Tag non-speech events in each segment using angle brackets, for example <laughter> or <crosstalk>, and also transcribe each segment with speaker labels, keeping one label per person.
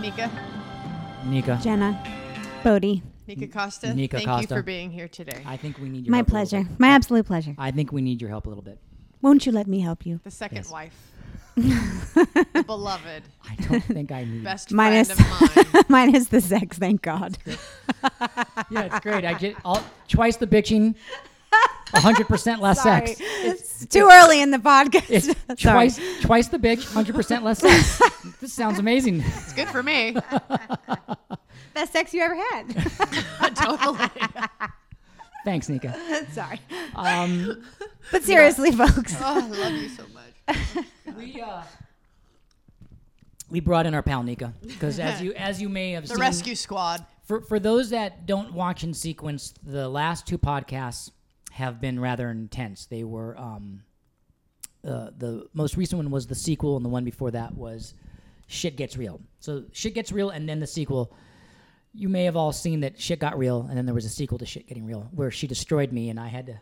Speaker 1: Nika.
Speaker 2: Nika.
Speaker 3: Jenna, Bodie.
Speaker 1: Nika Costa.
Speaker 2: Nika
Speaker 1: Thank you
Speaker 2: Costa.
Speaker 1: for being here today.
Speaker 2: I think we need your
Speaker 3: My
Speaker 2: help a little
Speaker 3: pleasure.
Speaker 2: bit.
Speaker 3: My absolute pleasure.
Speaker 2: I think we need your help a little bit.
Speaker 3: Won't you let me help you?
Speaker 1: the second
Speaker 2: Yes.
Speaker 1: wife. the beloved.
Speaker 3: <laughs>
Speaker 2: I don't think I need.
Speaker 1: Best
Speaker 3: Minus,
Speaker 1: friend of mine.
Speaker 3: <laughs> minus the sex, thank God.
Speaker 2: Yeah, it's great. I get all twice the
Speaker 3: <laughs>
Speaker 2: bitching, hundred percent less sex.
Speaker 3: Sorry. It's <laughs> too early in the
Speaker 2: It's
Speaker 3: podcast. <laughs> Sorry.
Speaker 2: twice twice the bitch, hundred percent less sex. this sounds amazing.
Speaker 1: It's good for me.
Speaker 3: Best sex you ever
Speaker 2: <laughs>
Speaker 3: had. <laughs>
Speaker 1: totally.
Speaker 2: Thanks, Nika.
Speaker 3: Sorry.
Speaker 2: Um,
Speaker 3: But seriously, folks.
Speaker 2: Uh,
Speaker 1: Oh, I love you so much.
Speaker 2: we uh, we brought in our pal Nika
Speaker 1: <laughs>
Speaker 2: because as you as you may have
Speaker 1: The
Speaker 2: seen,
Speaker 1: rescue squad.
Speaker 2: for for those that don't watch in sequence, the last two podcasts have been rather intense. They were um, uh, the most recent one was the sequel, and the one before that was shit gets real. So shit gets real, and then the sequel. You may have all seen that shit got real, and then there was a sequel to shit getting real, where she destroyed me, and I had to.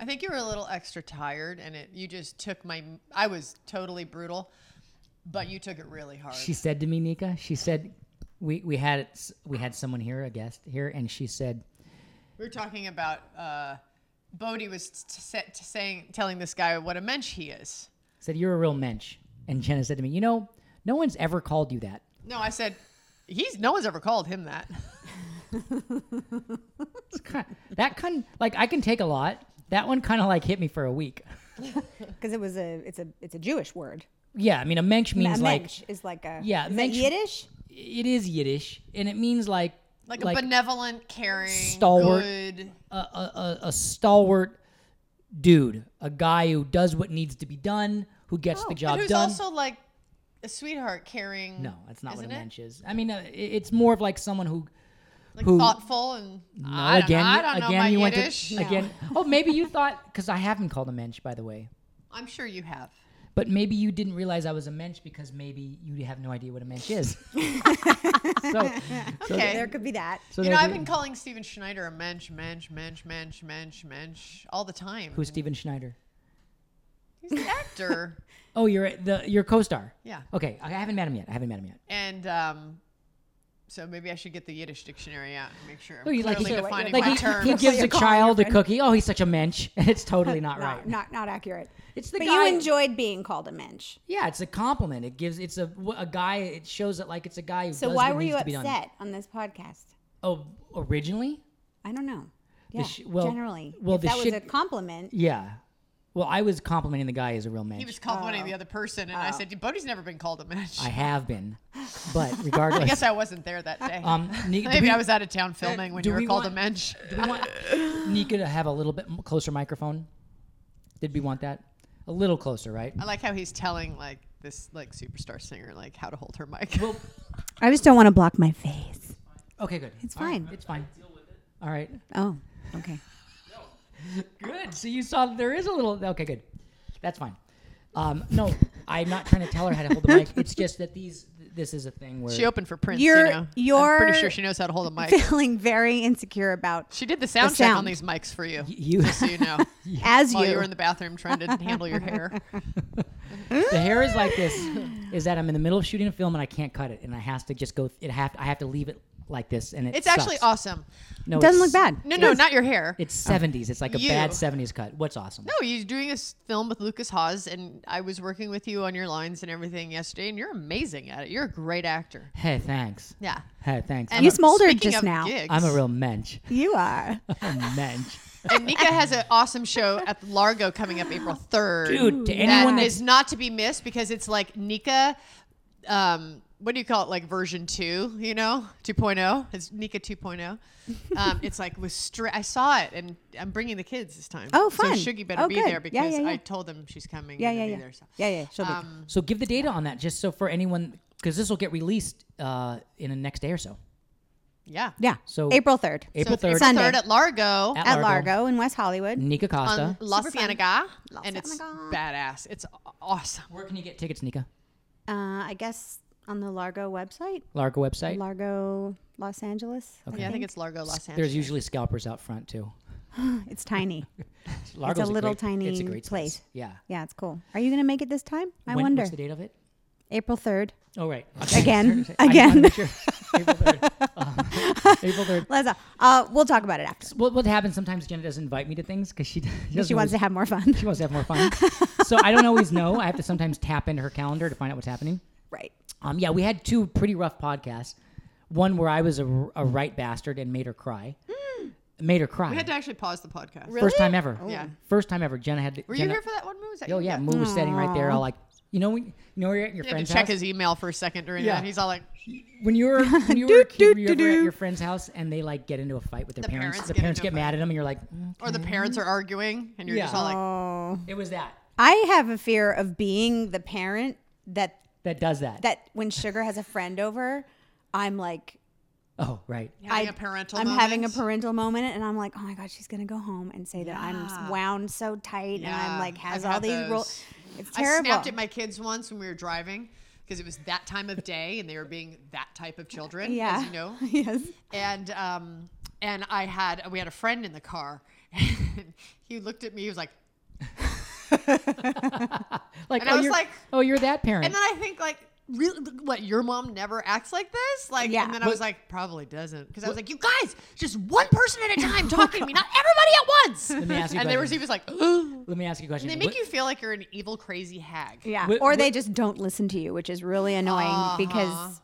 Speaker 1: I think you were a little extra tired, and it you just took my. I was totally brutal, but you took it really hard.
Speaker 2: She said to me, Nika. She said, "We we had s- we had someone here, a guest here, and she said."
Speaker 1: we were talking about. Uh, Bodhi was t- set to saying, telling this guy what a mensch he is.
Speaker 2: said, You're a real mensch. And Jenna said to me, You know, no one's ever called you that.
Speaker 1: No, I said, he's. No one's ever called him that.
Speaker 2: It's kind that kind like, I can take a lot. That one kind of like hit me for a week.
Speaker 3: Because it was a it's a it's a Jewish word.
Speaker 2: Yeah, I mean, a mensch
Speaker 3: A
Speaker 2: means like,
Speaker 3: mensch is like a
Speaker 2: Yeah,
Speaker 3: is that
Speaker 2: mensch-
Speaker 3: Yiddish.
Speaker 2: it is Yiddish, and it means like,
Speaker 1: Like, a benevolent, caring,
Speaker 2: stalwart.
Speaker 1: good.
Speaker 2: a, a, a, a stalwart dude, a guy who does what needs to be done, who gets the
Speaker 1: But
Speaker 2: job
Speaker 1: Oh, who's
Speaker 2: done.
Speaker 1: also like a sweetheart, caring.
Speaker 2: no, that's not what a
Speaker 1: Isn't it?
Speaker 2: mensch is. I mean, uh, it- it's more of like someone who.
Speaker 1: Like
Speaker 2: who-
Speaker 1: thoughtful and.
Speaker 2: No,
Speaker 1: I don't,
Speaker 2: again,
Speaker 1: know. I don't
Speaker 2: again,
Speaker 1: know my
Speaker 2: you
Speaker 1: Yiddish.
Speaker 2: went to again. Oh, maybe you thought because I haven't called a mensch, by the way.
Speaker 1: I'm sure you have.
Speaker 2: But maybe you didn't realize I was a mensch because maybe you have no idea what a
Speaker 1: <laughs>
Speaker 2: mensch is. so, so-
Speaker 1: Okay.
Speaker 3: There could be that.
Speaker 2: so
Speaker 1: you
Speaker 2: there
Speaker 1: know, I've
Speaker 2: you-
Speaker 1: been calling Steven Schneider a mensch, mensch, mensch, mensch, mensch, mensch all the time.
Speaker 2: who's Steven Schneider?
Speaker 1: He's an actor. <laughs>
Speaker 2: Oh, you're the your co-star.
Speaker 1: yeah.
Speaker 2: Okay, I haven't met him yet. I haven't met him yet.
Speaker 1: And um, so maybe I should get the Yiddish dictionary out and make sure I'm
Speaker 2: Oh, he's like,
Speaker 1: clearly
Speaker 2: he,
Speaker 1: defining
Speaker 2: like
Speaker 1: my
Speaker 2: he,
Speaker 1: terms.
Speaker 2: he gives
Speaker 3: You're
Speaker 2: a
Speaker 3: calling your
Speaker 2: child a
Speaker 3: friend.
Speaker 2: cookie. Oh, he's such a mensch, <laughs> and it's totally not
Speaker 3: No,
Speaker 2: right.
Speaker 3: Not not accurate.
Speaker 2: It's the
Speaker 3: But
Speaker 2: guy-
Speaker 3: you enjoyed being called a mensch.
Speaker 2: Yeah, it's a compliment. It gives it's a a guy. It shows it like it's a guy who.
Speaker 3: So
Speaker 2: does
Speaker 3: why
Speaker 2: what
Speaker 3: were
Speaker 2: needs
Speaker 3: you
Speaker 2: to be done.
Speaker 3: upset on this podcast?
Speaker 2: Oh, originally.
Speaker 3: I don't know. Yeah,
Speaker 2: sh- well-
Speaker 3: generally.
Speaker 2: well,
Speaker 3: if
Speaker 2: the
Speaker 3: that was
Speaker 2: shit-
Speaker 3: a compliment.
Speaker 2: Yeah. Well, I was complimenting the guy as a real mensch.
Speaker 1: he was complimenting the other person, and I said, Bodie's never been called a mensch.
Speaker 2: Oh. I
Speaker 1: I,
Speaker 2: have been, but
Speaker 1: <laughs>
Speaker 2: regardless.
Speaker 1: guess <laughs> I wasn't there that day.
Speaker 2: <laughs> um, Ni- do
Speaker 1: Maybe
Speaker 2: we- Uh,
Speaker 1: I was out of town filming when
Speaker 2: do
Speaker 1: you were
Speaker 2: we
Speaker 1: called a
Speaker 2: want-
Speaker 1: mensch.
Speaker 2: Did we want Nika to have a little bit m- closer microphone? Did we want that? A little closer, right?
Speaker 1: I like how he's telling like this like superstar singer like how to hold her mic.
Speaker 2: Well,
Speaker 3: I just don't want to block my face.
Speaker 2: okay, good.
Speaker 3: It's
Speaker 2: All right,
Speaker 3: fine.
Speaker 2: It's fine. All right.
Speaker 3: Oh, okay.
Speaker 2: Good. So you saw there is a little. Okay, good. That's fine. Um, no, I'm not trying to tell her how to hold the mic. It's just that these. This is a thing where
Speaker 1: she opened for Prince.
Speaker 3: You're-
Speaker 1: you know? I'm
Speaker 3: you're-
Speaker 1: pretty sure she knows how to hold a mic.
Speaker 3: <laughs> Feeling very insecure about
Speaker 1: She did the sound
Speaker 3: The
Speaker 1: check on
Speaker 3: sound.
Speaker 1: these mics for you,
Speaker 2: you
Speaker 1: so you know. <laughs>
Speaker 3: as
Speaker 1: While
Speaker 3: you.
Speaker 1: you were in the bathroom trying to handle your hair.
Speaker 2: the hair is like this. Is that I'm in the middle of shooting a film and I can't cut it and I has to just go. It have I have to leave it like this and it.
Speaker 1: It's actually
Speaker 2: sucks.
Speaker 1: awesome.
Speaker 2: No,
Speaker 3: Doesn't
Speaker 2: it's-
Speaker 3: look bad.
Speaker 1: No, no, not your hair.
Speaker 2: It's 70s. It's like a
Speaker 1: You.
Speaker 2: bad 70s cut. What's awesome?
Speaker 1: no, you're doing this film with Lucas Haas, and I was working with you on your lines and everything yesterday, and you're amazing at it. You're a great actor.
Speaker 2: Hey, thanks.
Speaker 1: Yeah.
Speaker 2: Hey, thanks.
Speaker 1: And
Speaker 3: You smoldered
Speaker 1: speaking
Speaker 3: just
Speaker 1: of
Speaker 3: now.
Speaker 1: gigs-
Speaker 2: I'm a real mensch.
Speaker 3: you
Speaker 1: <laughs>
Speaker 3: are.
Speaker 2: A mensch.
Speaker 1: and Nika has an awesome show at Largo coming up April 3rd.
Speaker 2: Dude, to anyone
Speaker 1: that
Speaker 2: that's-
Speaker 1: is not to be missed because it's like Nika, um, what do you call it? Like version two, you know, 2.0. It's Nika 2.0.
Speaker 3: <laughs>
Speaker 1: Um, it's like with straight. I saw it, and I'm bringing the kids this time.
Speaker 3: Oh,
Speaker 1: So
Speaker 3: fun.
Speaker 1: Shuggy better
Speaker 3: Oh,
Speaker 1: be
Speaker 3: good.
Speaker 1: there
Speaker 3: Yeah,
Speaker 1: because
Speaker 3: yeah, yeah.
Speaker 1: I told them she's coming.
Speaker 3: Yeah,
Speaker 1: and
Speaker 3: yeah,
Speaker 1: I'll
Speaker 3: yeah.
Speaker 1: Be there, so.
Speaker 3: Yeah, yeah. She'll be.
Speaker 1: Um,
Speaker 2: So give the data on that just so for anyone, because this will get released uh, in the next day or so.
Speaker 1: yeah.
Speaker 3: Yeah.
Speaker 2: so-
Speaker 3: April third
Speaker 2: April
Speaker 1: so it's
Speaker 2: 3rd.
Speaker 1: April
Speaker 3: Sunday.
Speaker 1: 3rd at Largo.
Speaker 2: At Largo.
Speaker 3: at
Speaker 2: Mm.
Speaker 3: Largo. in West Hollywood.
Speaker 2: Nika Costa.
Speaker 1: on La
Speaker 3: Super fun.
Speaker 1: Cienega,
Speaker 3: La
Speaker 1: and it's
Speaker 3: Cienega.
Speaker 1: badass. It's aw- awesome.
Speaker 2: Where can you get tickets, Nika?
Speaker 3: Uh, I guess on the Largo website,
Speaker 2: Largo website.
Speaker 3: Largo Los Angeles.
Speaker 1: Yeah, I think it's Largo Los Angeles.
Speaker 2: There's usually scalpers out front too. <laughs>
Speaker 3: It's tiny.
Speaker 2: Largo's
Speaker 3: little
Speaker 2: great-
Speaker 3: tiny
Speaker 2: it's a great space.
Speaker 3: place.
Speaker 2: Yeah.
Speaker 3: yeah, it's cool. Are you gonna make it this time? I
Speaker 2: When-
Speaker 3: wonder.
Speaker 2: What's the date of it? <laughs>
Speaker 3: April third.
Speaker 2: Oh right.
Speaker 3: Again. <laughs>
Speaker 2: I just wanted to
Speaker 3: Again.
Speaker 2: make sure. <laughs> April third.
Speaker 3: <laughs>
Speaker 2: Um, April third.
Speaker 3: Liza, uh, we'll talk about it after.
Speaker 2: What what happens sometimes? Jenna doesn't invite me to things because she <laughs> doesn't
Speaker 3: She wants
Speaker 2: always-
Speaker 3: to have more fun. <laughs>
Speaker 2: she wants to have more fun. so I don't always know. I have to sometimes tap into her calendar to find out what's happening.
Speaker 3: right.
Speaker 2: Um, yeah, we had two pretty rough podcasts. One where I was a, a right bastard and made her cry. Made her cry.
Speaker 1: Hmm. We had to actually pause the podcast.
Speaker 2: First time ever.
Speaker 1: Yeah.
Speaker 2: First time ever. Jenna had. To,
Speaker 1: Were you
Speaker 2: Jenna,
Speaker 1: here for that one, Moo? Was that
Speaker 2: Oh
Speaker 1: you?
Speaker 2: yeah, Moo was sitting right there, all like, you know, when you know, you're at your
Speaker 1: You had
Speaker 2: friend's
Speaker 1: to check
Speaker 2: house.
Speaker 1: his email for a second during
Speaker 2: Yeah.
Speaker 1: that. He's all like,
Speaker 2: when
Speaker 1: <laughs>
Speaker 2: you were when you were a
Speaker 3: Doot,
Speaker 2: kid,
Speaker 3: doot,
Speaker 2: were you ever at
Speaker 3: doot.
Speaker 2: your friend's house and they like get into a fight with their
Speaker 1: The
Speaker 2: parents.
Speaker 1: parents
Speaker 2: the
Speaker 1: get
Speaker 2: parents
Speaker 1: into
Speaker 2: get
Speaker 1: a
Speaker 2: mad at them, and you're like, "Mm."
Speaker 1: or the parents are arguing, and you're just all like,
Speaker 3: Oh.
Speaker 2: it was that
Speaker 3: I have a fear of being the parent that
Speaker 2: that does that.
Speaker 3: that when Sugar has a friend over, I'm like
Speaker 2: oh right.
Speaker 1: having
Speaker 3: I-
Speaker 1: a parental.
Speaker 3: I'm having a
Speaker 1: moment.
Speaker 3: parental moment, and I'm like, oh my god, she's gonna go home and say that I'm
Speaker 1: Yeah.
Speaker 3: wound so tight, and I'm
Speaker 1: Yeah,
Speaker 3: like has
Speaker 1: I've
Speaker 3: all
Speaker 1: had
Speaker 3: these rolls.
Speaker 1: those.
Speaker 3: It's
Speaker 1: I
Speaker 3: terrible.
Speaker 1: snapped at my kids once when we were driving because it was that time of day and they were being that type of children,
Speaker 3: yeah,
Speaker 1: as you know.
Speaker 3: <laughs> yes.
Speaker 1: And um, and I had we had a friend in the car. <laughs> he looked at me. He was like,
Speaker 2: Like
Speaker 1: And
Speaker 2: oh,
Speaker 1: I was
Speaker 2: you're,
Speaker 1: like-
Speaker 2: oh, you're that parent.
Speaker 1: and then I think like. Really, what your mom never acts like this? Like,
Speaker 3: Yeah.
Speaker 1: and then I was like, probably doesn't, because I was like, you guys, just one person
Speaker 2: <laughs>
Speaker 1: at a time talking to me, not everybody at
Speaker 2: me
Speaker 1: once.
Speaker 2: ask you a
Speaker 1: and there
Speaker 2: question.
Speaker 1: was he
Speaker 2: <gasps>
Speaker 1: was like, and
Speaker 2: Let me ask you a question.
Speaker 1: they make
Speaker 2: What-
Speaker 1: you feel like you're an evil, crazy hag.
Speaker 3: Yeah.
Speaker 2: Wh-
Speaker 3: or
Speaker 2: wh-
Speaker 3: they just don't listen to you, which is really annoying
Speaker 1: Uh-huh.
Speaker 3: because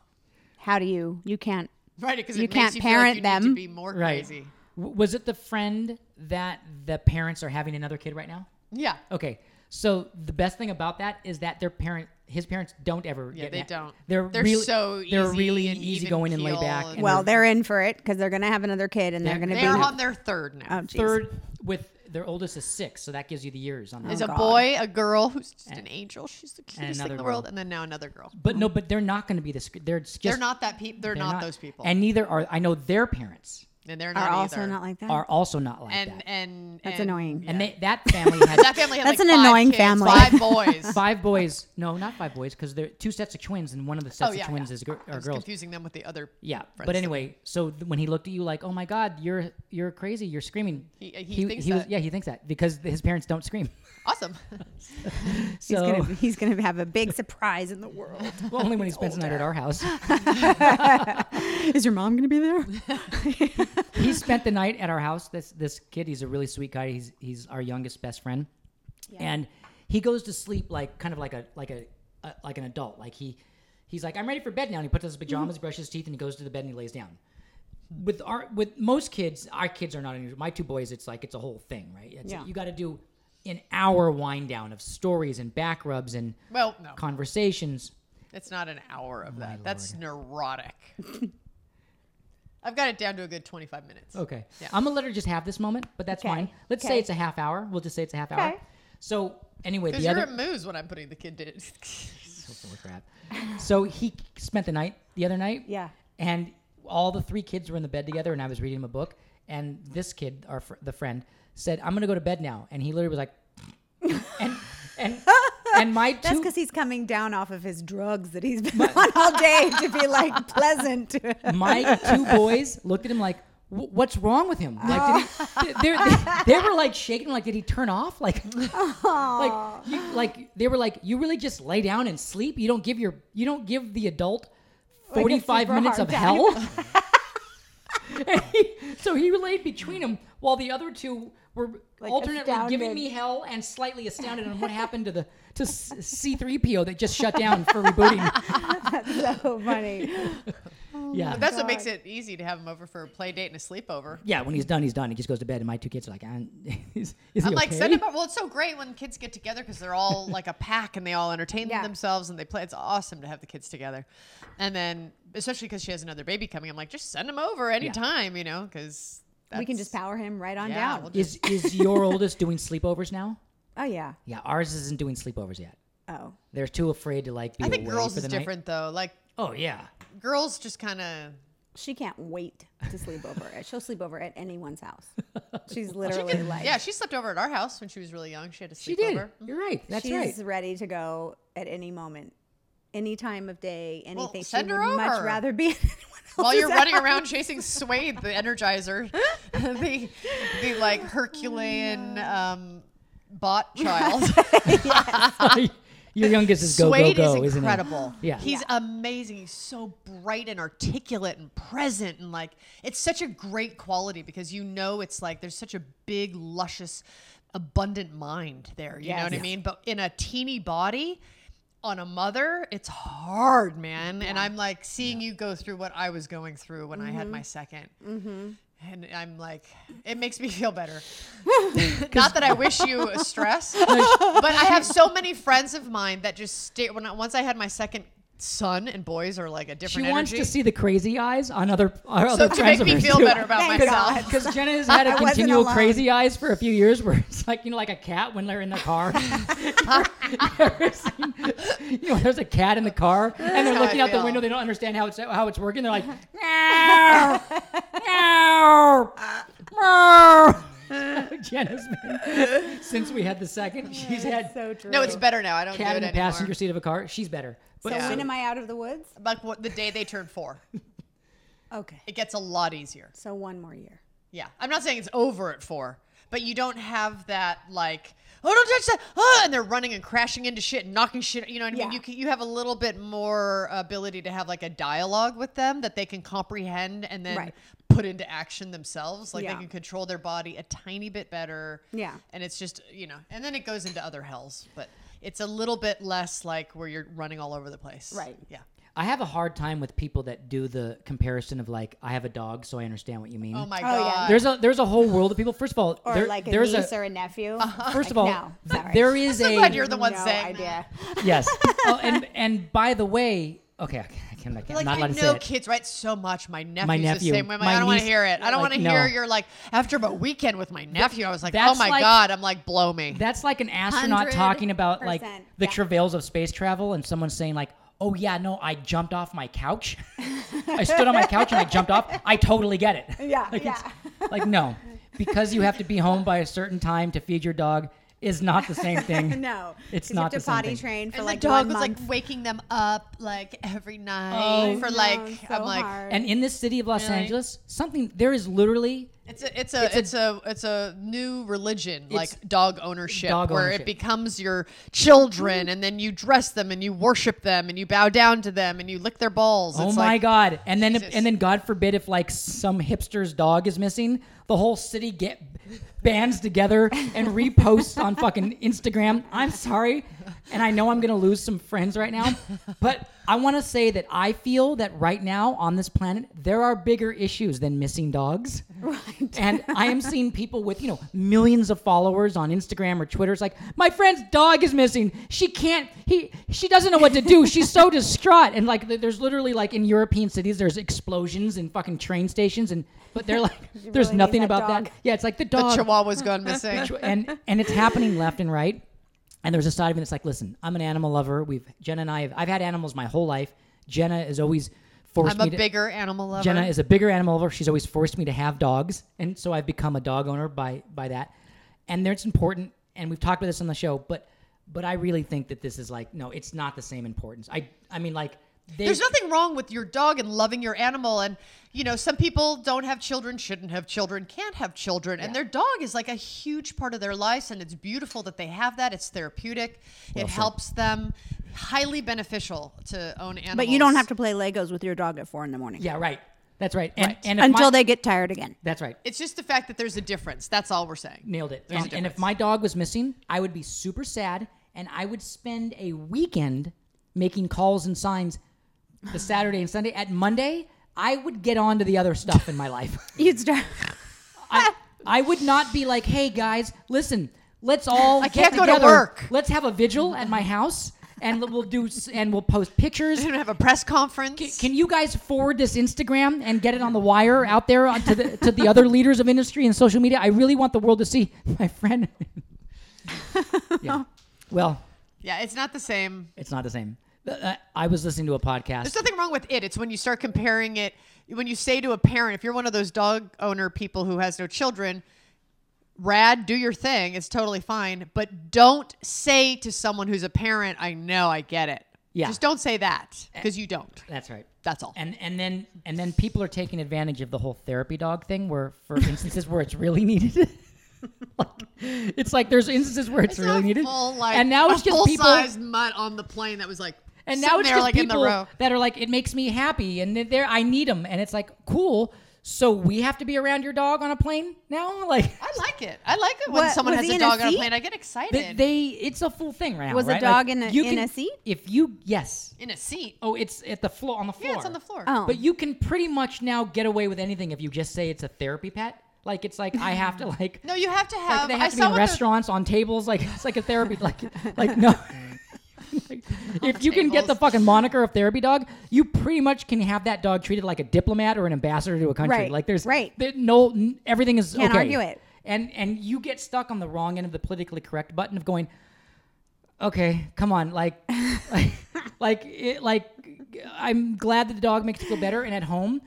Speaker 3: how do you you can't
Speaker 1: right? Because
Speaker 3: You
Speaker 1: it
Speaker 3: can't
Speaker 1: makes you
Speaker 3: parent
Speaker 1: feel like you Need
Speaker 3: them.
Speaker 1: to be more
Speaker 2: right.
Speaker 1: crazy.
Speaker 2: W- Was it the friend that the parents are having another kid right now?
Speaker 1: Yeah,
Speaker 3: Oh,
Speaker 2: Okay. So the best thing about that is that their parent, his parents, don't ever.
Speaker 1: Yeah,
Speaker 2: get
Speaker 1: they
Speaker 2: mad.
Speaker 1: don't.
Speaker 2: They're
Speaker 1: They're
Speaker 2: really,
Speaker 1: so
Speaker 2: They're
Speaker 1: easy
Speaker 2: really
Speaker 1: and
Speaker 2: easy going and laid
Speaker 1: even-keeled
Speaker 2: back.
Speaker 1: and-
Speaker 2: and
Speaker 3: well they're in for it because they're gonna have another kid and they're,
Speaker 2: They're-
Speaker 3: gonna
Speaker 1: they
Speaker 3: be
Speaker 1: are on their third now.
Speaker 3: oh, geez.
Speaker 2: third with their oldest is six, so that gives you the years on that.
Speaker 1: There's a
Speaker 3: God.
Speaker 1: boy, a girl who's just an angel. She's the cutest thing
Speaker 2: another
Speaker 1: in the world,
Speaker 2: girl.
Speaker 1: and then now another girl.
Speaker 2: But no, but they're not going to be the. sc- They're just.
Speaker 1: They're not that people. They're,
Speaker 2: they're
Speaker 1: not, those people, and,
Speaker 2: And neither are. I know their parents
Speaker 1: they're
Speaker 3: are
Speaker 1: not
Speaker 3: also
Speaker 1: either.
Speaker 3: not like that.
Speaker 2: are also not like
Speaker 1: and,
Speaker 2: that.
Speaker 1: and
Speaker 3: That's
Speaker 1: and-
Speaker 3: annoying.
Speaker 2: and they,
Speaker 1: <laughs>
Speaker 2: that family had
Speaker 1: That family had
Speaker 3: That's
Speaker 1: like
Speaker 3: an
Speaker 1: five
Speaker 3: annoying
Speaker 1: kids,
Speaker 3: family. <laughs>
Speaker 1: Five boys.
Speaker 2: five boys. No, not five boys, because they're two sets of twins, and one of the sets
Speaker 1: Oh, yeah,
Speaker 2: of twins
Speaker 1: yeah.
Speaker 2: is gir-
Speaker 1: I
Speaker 2: are
Speaker 1: was
Speaker 2: girls.
Speaker 1: confusing them with the other.
Speaker 2: Yeah,
Speaker 1: friends
Speaker 2: but
Speaker 1: that-
Speaker 2: anyway, so th- when he looked at you like, "Oh my God, you're you're crazy, you're screaming,"
Speaker 1: He- he thinks
Speaker 2: was-
Speaker 1: that.
Speaker 2: yeah, he thinks that because his parents
Speaker 1: <laughs>
Speaker 2: don't scream.
Speaker 1: Awesome.
Speaker 3: he's
Speaker 2: So
Speaker 3: gonna he's gonna have a big surprise in the world.
Speaker 2: well, <laughs>
Speaker 1: <laughs>
Speaker 2: only when he spends the night at our house.
Speaker 3: <laughs> is your mom gonna be there?
Speaker 2: he spent the night at our house. This this kid, he's a really sweet guy. He's he's our youngest best friend, and he goes to sleep like kind of like a like a, a like an adult. Like he he's like I'm ready for bed now. And he puts on his pajamas, brushes his teeth, and he goes to the bed and he lays down. With our with most kids, our kids are not unusual. My two boys, it's like it's a whole thing, right? It's
Speaker 3: Yeah.
Speaker 2: you got to do an hour wind down of stories and back rubs and
Speaker 1: Well, no,
Speaker 2: conversations.
Speaker 1: it's not an hour of that. That's
Speaker 3: <laughs>
Speaker 1: neurotic. I've got it down to a good 25 minutes.
Speaker 2: Okay. I'm gonna let her just have this moment, but that's
Speaker 3: Okay.
Speaker 2: fine. Let's say
Speaker 3: Okay.
Speaker 2: it's a half hour. We'll just say it's a half hour.
Speaker 3: Okay.
Speaker 2: So anyway,
Speaker 1: Because
Speaker 2: the
Speaker 1: you're
Speaker 2: other
Speaker 1: at Moose when I'm putting the kid
Speaker 3: <laughs>
Speaker 1: to.
Speaker 2: <laughs> so full of crap. So he spent the night the other night.
Speaker 3: <laughs> Yeah.
Speaker 2: And all the three kids were in the bed together, and I was reading him a book. And this kid, our fr- the friend, said, "I'm gonna go to bed now," and he literally was like, <laughs> and and and my
Speaker 3: <laughs> That's
Speaker 2: two
Speaker 3: because he's coming down off of his drugs that he's been on all day to be <laughs> like pleasant.
Speaker 2: my two boys looked at him like. "Wh- What's wrong with him? Like, did he, <laughs>
Speaker 3: <laughs>
Speaker 2: they, they, they were like shaking. Like, did he turn off? Like, <laughs> like, you, like they were like, you really just lay down and sleep. You don't give your, you don't give the adult
Speaker 3: a
Speaker 2: forty five
Speaker 3: super
Speaker 2: minutes of
Speaker 3: hard time.
Speaker 2: hell. And
Speaker 3: <laughs>
Speaker 2: he- <laughs> so he relayed between them while the other two were
Speaker 3: Like
Speaker 2: alternately giving
Speaker 3: astounded.
Speaker 2: me hell and slightly astounded on what happened to the to C three PO that just shut down for
Speaker 3: <laughs>
Speaker 2: rebooting.
Speaker 3: so funny.
Speaker 2: yeah.
Speaker 1: That's what makes it easy to have him over for a play date and a sleepover.
Speaker 2: yeah, when he's done, he's done. He just goes to bed, and <laughs> my two kids are like, "I'm- "Is, is he
Speaker 1: I'm like,
Speaker 2: okay?"
Speaker 1: send him. Well, it's so great when kids get together because they're all like a pack and they all entertain
Speaker 3: Yeah.
Speaker 1: themselves and they play. It's awesome to have the kids together. And then, especially because she has another baby coming, I'm like, just send him over anytime, you know, because
Speaker 3: We can just power him right on
Speaker 1: Yeah,
Speaker 3: down.
Speaker 1: we'll just-
Speaker 2: Is is your oldest doing sleepovers now?
Speaker 3: oh yeah.
Speaker 2: Yeah, ours isn't doing sleepovers yet.
Speaker 3: Oh.
Speaker 2: They're too afraid to like be.
Speaker 1: I think
Speaker 2: away
Speaker 1: girls
Speaker 2: for
Speaker 1: is
Speaker 2: the night.
Speaker 1: different though. Like
Speaker 2: Oh yeah,
Speaker 1: girls just kind of
Speaker 3: She can't wait to sleep over it. She'll sleep over at anyone's house. She's literally like
Speaker 1: yeah. She slept over at our house when she was really young. She had a sleepover.
Speaker 2: she did. <laughs> You're right. That's
Speaker 3: she's
Speaker 2: right.
Speaker 3: ready to go at any moment. Any time of day, anything. she
Speaker 1: send
Speaker 3: would
Speaker 1: her
Speaker 3: much
Speaker 1: over.
Speaker 3: rather be <laughs> at anyone
Speaker 1: While
Speaker 3: else's
Speaker 1: you're running
Speaker 3: house.
Speaker 1: around chasing Suede, the Energizer, <laughs> the the like
Speaker 2: <laughs>
Speaker 1: Herculean um, bot child. <laughs>
Speaker 2: I- <laughs> Your youngest is go
Speaker 1: Suede
Speaker 2: go go,
Speaker 1: is
Speaker 2: isn't he?
Speaker 1: incredible.
Speaker 2: Yeah.
Speaker 1: He's amazing. He's so bright and articulate and present and like it's such a great quality because you know it's like there's such a big, luscious, abundant mind there. You know
Speaker 3: Yes.
Speaker 1: what I mean? But in a teeny body on a mother, it's hard, man. And I'm like seeing you go through what I was going through when I had my 2nd And I'm like, it makes me <laughs> feel
Speaker 2: <laughs>
Speaker 1: better. Not that I wish you stress, but I have so many friends of mine that just stay. When I, once I had my second son, and boys are like a
Speaker 2: She
Speaker 1: different
Speaker 2: wants
Speaker 1: energy.
Speaker 2: to see the crazy eyes on other, our other
Speaker 1: so to make
Speaker 2: friends of
Speaker 1: me
Speaker 2: hers,
Speaker 1: feel
Speaker 2: too.
Speaker 1: better about
Speaker 3: Thank
Speaker 1: myself. <laughs>
Speaker 3: God.
Speaker 2: Because Jenna has had
Speaker 3: I
Speaker 2: a
Speaker 3: wasn't
Speaker 2: continual
Speaker 3: alone.
Speaker 2: crazy eyes for a few years, where it's like you know, like a cat when they're in
Speaker 1: <laughs>
Speaker 2: the car. <laughs> Ever seen- you know, there's a cat in the car, and they're
Speaker 1: how I
Speaker 2: looking out the
Speaker 1: feel.
Speaker 2: window. They don't understand how it's how it's working.
Speaker 1: <laughs>
Speaker 2: They're like, meow, meow,
Speaker 1: <laughs>
Speaker 2: meow. Jenna's been since we had the
Speaker 1: Oh,
Speaker 2: second. She's had
Speaker 3: So true.
Speaker 1: No, it's better now. I don't
Speaker 2: cat in
Speaker 1: do
Speaker 2: the
Speaker 1: it anymore.
Speaker 2: passenger seat of a car. She's better. But
Speaker 3: So
Speaker 1: Yeah.
Speaker 3: when am I out of the woods?
Speaker 1: Like what, the day they turn four,
Speaker 3: Okay.
Speaker 1: it gets a lot easier.
Speaker 3: So one more year.
Speaker 1: Yeah, I'm not saying it's over at four, but you don't have that like, oh, don't touch that, oh, and they're running and crashing into shit and knocking shit. You know what I mean?
Speaker 3: Yeah.
Speaker 1: You can, you have a little bit more ability to have like a dialogue with them that they can comprehend and then
Speaker 3: Right.
Speaker 1: put into action themselves. Like
Speaker 3: Yeah.
Speaker 1: they can control their body a tiny bit better.
Speaker 3: Yeah.
Speaker 1: and it's just you know, and then it goes into other hells, but it's a little bit less like where you're running all over the place.
Speaker 3: Right.
Speaker 1: Yeah.
Speaker 2: I have a hard time with people that do the comparison of like, I have a dog, so I understand what you mean.
Speaker 1: Oh my
Speaker 3: yeah.
Speaker 1: god.
Speaker 2: There's a there's a whole world of people. First of all,
Speaker 3: Or
Speaker 2: there-
Speaker 3: like a
Speaker 2: there's
Speaker 3: niece
Speaker 2: a
Speaker 3: or a nephew.
Speaker 2: first
Speaker 3: <laughs> Like,
Speaker 2: of all,
Speaker 3: no,
Speaker 2: th-
Speaker 3: sorry.
Speaker 2: there
Speaker 3: <laughs>
Speaker 2: is
Speaker 1: so
Speaker 2: a
Speaker 1: glad you're the one
Speaker 3: no
Speaker 1: saying that.
Speaker 3: idea. <laughs>
Speaker 2: yes. Oh, and and by the way, okay, okay, I can, I can,
Speaker 1: Like
Speaker 2: not
Speaker 1: I
Speaker 2: allowed to
Speaker 1: know
Speaker 2: say it.
Speaker 1: kids write so much. My nephew's
Speaker 2: nephew,
Speaker 1: the same way. My,
Speaker 2: my
Speaker 1: I don't want to
Speaker 2: niece-
Speaker 1: hear it. I don't
Speaker 2: like,
Speaker 1: want to hear
Speaker 2: no.
Speaker 1: you're like after a weekend with my nephew. I was like, oh
Speaker 2: that's
Speaker 1: my
Speaker 2: like-
Speaker 1: god. I'm like, blow me.
Speaker 2: That's like an astronaut talking about like
Speaker 3: 100%,
Speaker 2: the
Speaker 3: yeah.
Speaker 2: travails of space travel, and someone saying like, "Oh yeah, no, I jumped off my couch. <laughs> I stood on my couch and I jumped off. I totally get it."
Speaker 3: Yeah,
Speaker 2: like, it's-
Speaker 3: yeah. <laughs>
Speaker 2: like no, because you have to be home by a certain time to feed your dog is not the same thing.
Speaker 3: <laughs> No,
Speaker 2: It's
Speaker 3: 'cause
Speaker 2: not
Speaker 3: you
Speaker 2: the
Speaker 3: have to
Speaker 2: same
Speaker 3: potty
Speaker 2: thing.
Speaker 3: train for
Speaker 1: and
Speaker 3: like
Speaker 1: the dog
Speaker 3: one
Speaker 1: was like
Speaker 3: month.
Speaker 1: waking them up like every
Speaker 2: Oh.
Speaker 1: night
Speaker 2: I
Speaker 1: for
Speaker 3: No,
Speaker 1: like
Speaker 3: it's
Speaker 1: I'm
Speaker 3: so
Speaker 1: like
Speaker 3: hard.
Speaker 2: And in the city of Los
Speaker 1: Really?
Speaker 2: Angeles, something there is literally
Speaker 1: it's a it's a it's, a, it's a new religion like dog ownership
Speaker 2: Dog
Speaker 1: where
Speaker 2: ownership.
Speaker 1: it becomes your children and then you dress them and you worship them and you bow down to them and you lick their balls.
Speaker 2: Oh
Speaker 1: It's
Speaker 2: my
Speaker 1: like,
Speaker 2: god! And then,
Speaker 1: Jesus.
Speaker 2: and then, God forbid, if like some hipster's dog is missing, the whole city get bands together and reposts on fucking Instagram. I'm sorry, and I know I'm gonna lose some friends right now, but I want to say that I feel that right now on this planet there are bigger issues than missing
Speaker 3: <laughs>
Speaker 2: dogs. Right. And I am seeing people with you know millions of followers on Instagram or Twitter. It's like my friend's dog is missing. She can't. He. She doesn't know what to do. She's so <laughs> distraught. And like th- there's literally like in European cities there's explosions in fucking train stations and but
Speaker 3: <laughs>
Speaker 2: they're like there's
Speaker 3: really need
Speaker 2: nothing
Speaker 3: that
Speaker 2: about
Speaker 3: dog.
Speaker 2: that. Yeah, it's like the
Speaker 1: The
Speaker 2: dog.
Speaker 1: chihuahua's
Speaker 2: <laughs>
Speaker 1: gone missing.
Speaker 2: Which- and and it's happening left and right. And there's a side of me that's like, listen, I'm an animal lover. We've Jenna and I have I've had animals my whole life. Jenna is always forced
Speaker 1: I'm a
Speaker 2: me to,
Speaker 1: bigger animal lover.
Speaker 2: Jenna is a bigger animal lover. She's always forced me to have dogs, and so I've become a dog owner by by that. And it's important, and we've talked about this on the show, but but I really think that this is like no, it's not the same importance. I I mean like they,
Speaker 1: There's nothing wrong with your dog and loving your animal. And, you know, some people don't have children, shouldn't have children, can't have children. And their dog is like a huge part of their lives. And it's beautiful that they have that. It's therapeutic, it helps them. Highly beneficial to own animals.
Speaker 3: but you don't have to play Legos with your dog at four in the morning.
Speaker 2: yeah right that's right and, and if
Speaker 3: Until
Speaker 2: my-
Speaker 3: they get
Speaker 1: <laughs>
Speaker 3: tired again.
Speaker 2: that's right
Speaker 1: It's just the fact that there's a difference. That's all we're saying. <laughs>
Speaker 2: nailed it
Speaker 1: There's a
Speaker 2: and, and if
Speaker 1: difference.
Speaker 2: my dog was missing I would be super sad and I would spend a weekend making calls and signs the Saturday and Sunday at Monday I would get on to the other stuff in my life
Speaker 3: You'd start.
Speaker 2: <laughs> I, I would not be like, hey guys, listen, let's all I
Speaker 1: can't go to work."
Speaker 2: Let's have a vigil at my house, and we'll do s- and we'll post pictures.
Speaker 1: You don't have a press conference.
Speaker 2: Can you guys forward this Instagram and get it on the wire out there on- to the to the other leaders of industry and social media? I really want the world to see <laughs> my friend. yeah. Well,
Speaker 1: yeah, it's not the same.
Speaker 2: it's not the same. Uh, I was listening to a podcast.
Speaker 1: There's nothing wrong with it. It's when you start comparing it. When you say to a parent, if you're one of those dog owner people who has no children, rad, do your thing. It's totally fine. But don't say to someone who's a parent, I know, I get it.
Speaker 2: Yeah.
Speaker 1: Just don't say that because you don't.
Speaker 2: That's right.
Speaker 1: That's all.
Speaker 2: And and then
Speaker 1: <laughs>
Speaker 2: and then people are taking advantage of the whole therapy dog thing, where for instances where it's really needed. <laughs> it's like there's instances where it's,
Speaker 1: It's
Speaker 2: really
Speaker 1: a
Speaker 2: needed,
Speaker 1: full, like,
Speaker 2: and now it's
Speaker 1: a
Speaker 2: just
Speaker 1: full
Speaker 2: people.
Speaker 1: size mutt on the plane that was like
Speaker 2: and
Speaker 1: sitting
Speaker 2: now it's
Speaker 1: there
Speaker 2: just
Speaker 1: like in
Speaker 2: people
Speaker 1: the row.
Speaker 2: that are like, it makes me happy, and they're- they're I need them, and it's like cool. So we have to be around your dog on a plane now, <laughs> like.
Speaker 1: I like it. I like it when
Speaker 3: What,
Speaker 1: someone
Speaker 3: was
Speaker 1: has
Speaker 3: he
Speaker 1: a
Speaker 3: in a
Speaker 1: dog on a
Speaker 3: seat?
Speaker 1: plane. I get
Speaker 2: They,
Speaker 1: excited.
Speaker 2: they it's a full thing right now.
Speaker 3: Was a
Speaker 2: right?
Speaker 3: dog in a-
Speaker 2: you
Speaker 3: in
Speaker 2: can-
Speaker 3: a seat?
Speaker 2: If you yes,
Speaker 1: in a seat.
Speaker 2: oh, it's at the floor on the floor.
Speaker 1: Yeah, it's on the floor.
Speaker 3: Oh,
Speaker 2: But you can pretty much now get away with anything if you just say it's a therapy pet. Like it's like I have to
Speaker 1: <laughs>
Speaker 2: like
Speaker 1: No, you have to
Speaker 2: like,
Speaker 1: have.
Speaker 2: they
Speaker 1: I
Speaker 2: have to be
Speaker 1: saw
Speaker 2: in
Speaker 1: what the-
Speaker 2: restaurants on tables. Like it's like a therapy like like no. <laughs>
Speaker 1: <laughs>
Speaker 2: Like, if you can get the
Speaker 1: tables.
Speaker 2: fucking moniker of therapy dog, you pretty much can have that dog treated like a diplomat or an ambassador to a country.
Speaker 3: Right,
Speaker 2: Like there's
Speaker 3: right.
Speaker 2: there- no n- everything is
Speaker 3: Can't
Speaker 2: okay.
Speaker 3: argue it.
Speaker 2: And and you get stuck on the wrong end of the politically correct button of going, okay, come on,
Speaker 1: <laughs>
Speaker 2: like, like, like, it, like, I'm glad that the dog makes you feel better and at home,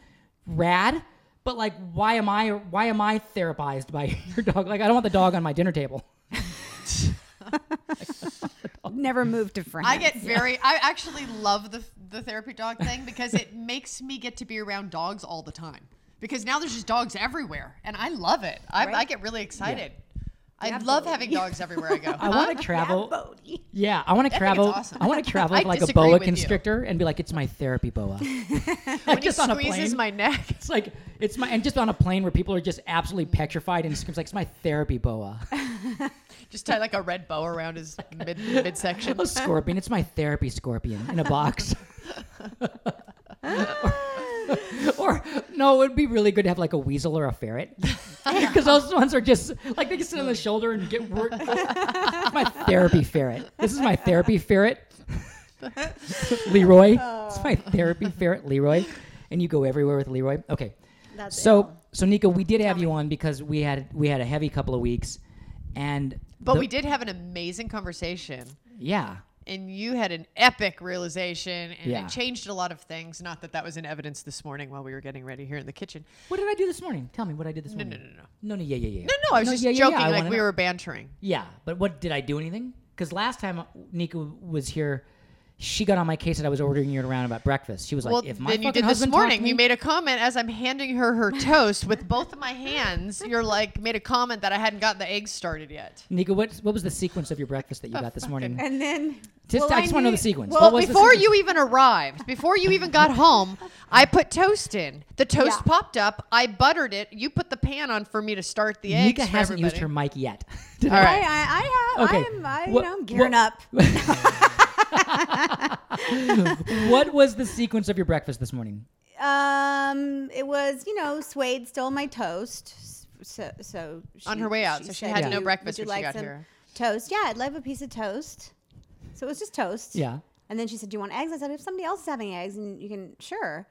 Speaker 2: rad. But like, why am I, why am I therapized by <laughs> your dog? Like, I don't want the dog on my dinner table.
Speaker 3: never moved to France.
Speaker 1: I get very. I actually love the the therapy dog
Speaker 2: <laughs>
Speaker 1: thing because it makes me get to be around dogs all the time. Because now there's just dogs everywhere, and I love it. I, I
Speaker 3: Right.
Speaker 1: get really excited. I love having dogs everywhere I go.
Speaker 2: <laughs> I want to travel. Yeah, I want to
Speaker 1: it's
Speaker 2: travel.
Speaker 1: awesome. <laughs>
Speaker 2: I want to travel
Speaker 1: I
Speaker 2: with like a
Speaker 1: disagree
Speaker 2: boa
Speaker 1: with you.
Speaker 2: constrictor and be like, it's my
Speaker 1: <laughs>
Speaker 2: therapy boa. <laughs>
Speaker 1: when he squeezes my neck. <laughs>
Speaker 2: It's like it's my and just on a plane where people are just absolutely petrified and screams like it's my therapy boa.
Speaker 1: Just tie like a red bow around
Speaker 2: <laughs>
Speaker 1: his mid midsection.
Speaker 2: a scorpion. It's my therapy scorpion in
Speaker 1: <laughs>
Speaker 2: a box. or, no, it would be really good to have like a weasel or
Speaker 1: <laughs>
Speaker 2: a ferret because those ones are just like they just sit on the shoulder and get work. my therapy ferret. This is my therapy
Speaker 1: <laughs>
Speaker 2: ferret, Leroy.
Speaker 1: Oh.
Speaker 2: It's my therapy ferret, Leroy. And you go everywhere with Leroy. Okay.
Speaker 3: That's
Speaker 2: so so Nico, we did have you on because we had we had a heavy couple of weeks, and
Speaker 1: But
Speaker 2: the-
Speaker 1: we did have an amazing conversation.
Speaker 2: yeah
Speaker 1: and you had an epic realization and
Speaker 2: Yeah.
Speaker 1: it changed a lot of things not that that was in evidence this morning while we were getting ready here in the kitchen
Speaker 2: What did I do this morning? Tell me what I did this
Speaker 1: no no
Speaker 2: morning.
Speaker 1: no no
Speaker 2: no, no, yeah, yeah, yeah.
Speaker 1: no no i was just
Speaker 2: yeah, yeah, yeah,
Speaker 1: joking
Speaker 2: I
Speaker 1: like
Speaker 2: wanna
Speaker 1: we
Speaker 2: know.
Speaker 1: were bantering
Speaker 2: Yeah, but what did I do anything? Because last time Nika was here, she got on my case that I was ordering you around about breakfast. She was
Speaker 1: well
Speaker 2: like, "If my
Speaker 1: then you
Speaker 2: fucking
Speaker 1: did this
Speaker 2: husband talked to
Speaker 1: morning
Speaker 2: me,
Speaker 1: you made a comment as i'm handing her her toast with both of my hands you're like made a comment that i hadn't gotten the eggs started yet
Speaker 2: Nika, what what was the sequence of your breakfast that you got this morning?
Speaker 3: And then
Speaker 2: Just
Speaker 3: well,
Speaker 2: I just want to know the
Speaker 3: knew-
Speaker 2: sequence.
Speaker 1: well,
Speaker 2: what was the
Speaker 1: before
Speaker 2: sequence?
Speaker 1: you even arrived, before you even got home, I put toast in. The toast
Speaker 3: Yeah.
Speaker 1: popped up. I buttered it. You put the pan on for me to start the eggs.
Speaker 2: Nika
Speaker 1: for
Speaker 2: hasn't used
Speaker 1: everybody.
Speaker 2: her mic yet. <laughs> Did
Speaker 1: All
Speaker 2: I-
Speaker 1: right.
Speaker 3: I, I, I have.
Speaker 2: Okay.
Speaker 3: I'm, I, you
Speaker 2: What-
Speaker 3: know, I'm gearing
Speaker 2: <laughs> what-
Speaker 3: up.
Speaker 2: <laughs> What was the sequence of your breakfast this morning?
Speaker 3: Um, it was you know, Suede stole my toast. s- So, so she,
Speaker 1: On her way out, so she
Speaker 3: said,
Speaker 1: had
Speaker 3: "Would
Speaker 1: no
Speaker 3: you-
Speaker 1: breakfast
Speaker 3: would you
Speaker 1: when she
Speaker 3: like
Speaker 1: got
Speaker 3: some
Speaker 1: here."
Speaker 3: Toast, yeah, I'd love a piece of toast. So it was just toast.
Speaker 2: Yeah.
Speaker 3: And then she said, "Do you want eggs?" I said, "If somebody else is having eggs, and you can sure."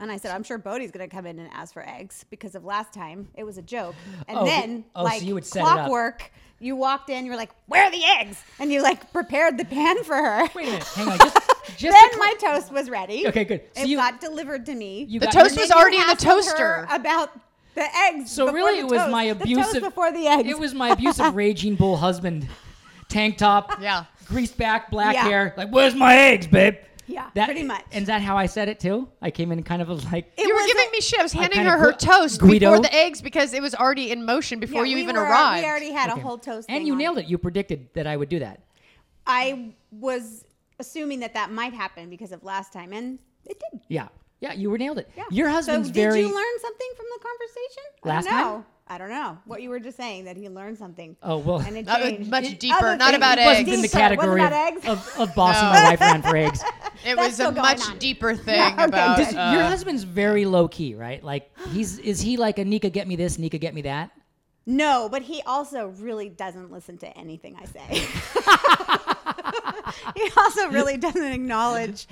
Speaker 3: And I said, "I'm sure Bodie's going to come in and ask for eggs because of last time. It was a joke." And
Speaker 2: Oh,
Speaker 3: then,
Speaker 2: oh, so
Speaker 3: like
Speaker 2: you would set it up.
Speaker 3: clockwork, you walked in. You were like, "Where are the eggs?" And you like prepared the pan for her.
Speaker 2: Wait a minute. Hang on.
Speaker 1: <laughs>
Speaker 2: Just, just to
Speaker 3: <laughs> then
Speaker 2: cl-
Speaker 3: my toast was ready.
Speaker 2: Okay, good. So
Speaker 3: it
Speaker 2: you-
Speaker 3: got delivered to me.
Speaker 2: you
Speaker 1: The
Speaker 2: got
Speaker 1: toast
Speaker 2: your-
Speaker 1: was
Speaker 3: Then you
Speaker 1: already in the
Speaker 3: hassled
Speaker 1: toaster.
Speaker 3: her about the eggs.
Speaker 2: So
Speaker 3: before
Speaker 2: really,
Speaker 3: the
Speaker 2: it was
Speaker 3: toast.
Speaker 2: my
Speaker 3: The toast
Speaker 2: abusive.
Speaker 3: before the eggs.
Speaker 2: It was
Speaker 1: <laughs>
Speaker 2: my abusive raging bull husband, tank top,
Speaker 1: Yeah.
Speaker 2: greased back, black
Speaker 3: Yeah.
Speaker 2: hair. Like, where's my eggs, babe?
Speaker 3: Yeah,
Speaker 2: That-
Speaker 3: pretty much.
Speaker 2: And is that how I said it too? I came in kind of like,
Speaker 3: It
Speaker 1: you were
Speaker 3: was
Speaker 1: giving
Speaker 3: a-
Speaker 1: me shit. I was handing
Speaker 2: kinda
Speaker 1: her her
Speaker 2: gu-
Speaker 1: toast
Speaker 2: Guido.
Speaker 1: before the eggs because it was already in motion before
Speaker 3: Yeah,
Speaker 1: you
Speaker 3: we
Speaker 1: even
Speaker 3: were-
Speaker 1: arrived.
Speaker 3: We already had a whole toast.
Speaker 2: and you nailed it. You predicted that I would do that.
Speaker 3: I was assuming that that might happen because of last time, and it did.
Speaker 2: Yeah, yeah, you were nailed it.
Speaker 3: Yeah.
Speaker 2: Your husband's
Speaker 3: so did
Speaker 2: very.
Speaker 3: you learn something from the conversation?
Speaker 2: Last
Speaker 3: I don't know.
Speaker 2: time?
Speaker 3: I don't know what you were just saying that he learned something.
Speaker 2: Oh, well.
Speaker 3: and it
Speaker 1: That was
Speaker 3: changed.
Speaker 1: much
Speaker 3: It-
Speaker 1: deeper,
Speaker 3: other
Speaker 1: not
Speaker 3: things.
Speaker 1: about
Speaker 2: it wasn't in
Speaker 1: eggs.
Speaker 2: the
Speaker 3: Deeper, it wasn't
Speaker 2: category
Speaker 3: about
Speaker 2: of,
Speaker 3: eggs.
Speaker 2: of, of bossing
Speaker 1: No.
Speaker 2: my wife around for
Speaker 3: <laughs>
Speaker 2: eggs.
Speaker 1: it
Speaker 3: That's
Speaker 1: was a
Speaker 3: still going
Speaker 1: much
Speaker 3: on.
Speaker 1: deeper thing
Speaker 3: <laughs> Okay,
Speaker 1: about.
Speaker 3: good.
Speaker 2: Does-
Speaker 1: uh,
Speaker 2: your husband's very low key, right? Like he's is he like a Nika get me this, Nika get me that?
Speaker 3: No, but he also really doesn't listen to anything
Speaker 1: <laughs>
Speaker 3: I say. he also really doesn't acknowledge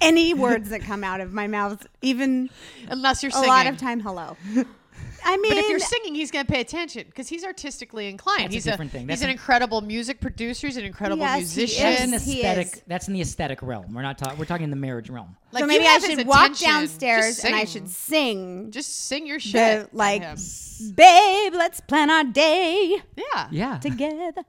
Speaker 3: any words that come out of my mouth, even
Speaker 1: unless you're
Speaker 3: a
Speaker 1: singing.
Speaker 3: lot of
Speaker 1: <laughs>
Speaker 3: time hello. I mean,
Speaker 1: But if you're singing, he's going to pay attention because he's artistically inclined.
Speaker 2: That's a
Speaker 1: he's
Speaker 2: different thing. That's
Speaker 1: he's an
Speaker 2: an-
Speaker 1: incredible music producer. He's an incredible
Speaker 3: Yes, he
Speaker 2: That's
Speaker 1: musician.
Speaker 2: an
Speaker 3: Yes, he
Speaker 2: aesthetic.
Speaker 3: is.
Speaker 2: That's in the aesthetic realm. We're not talking. We're talking in the marriage realm.
Speaker 1: Like,
Speaker 3: so
Speaker 1: you
Speaker 3: maybe I
Speaker 1: have his
Speaker 3: should walk
Speaker 1: attention.
Speaker 3: downstairs
Speaker 1: Just
Speaker 3: and I
Speaker 1: sing.
Speaker 3: should sing.
Speaker 1: just sing your shit.
Speaker 3: the,
Speaker 1: at
Speaker 3: like,
Speaker 1: him.
Speaker 3: babe, let's plan our day
Speaker 1: yeah,
Speaker 3: <laughs>
Speaker 2: Yeah. <laughs>
Speaker 3: together.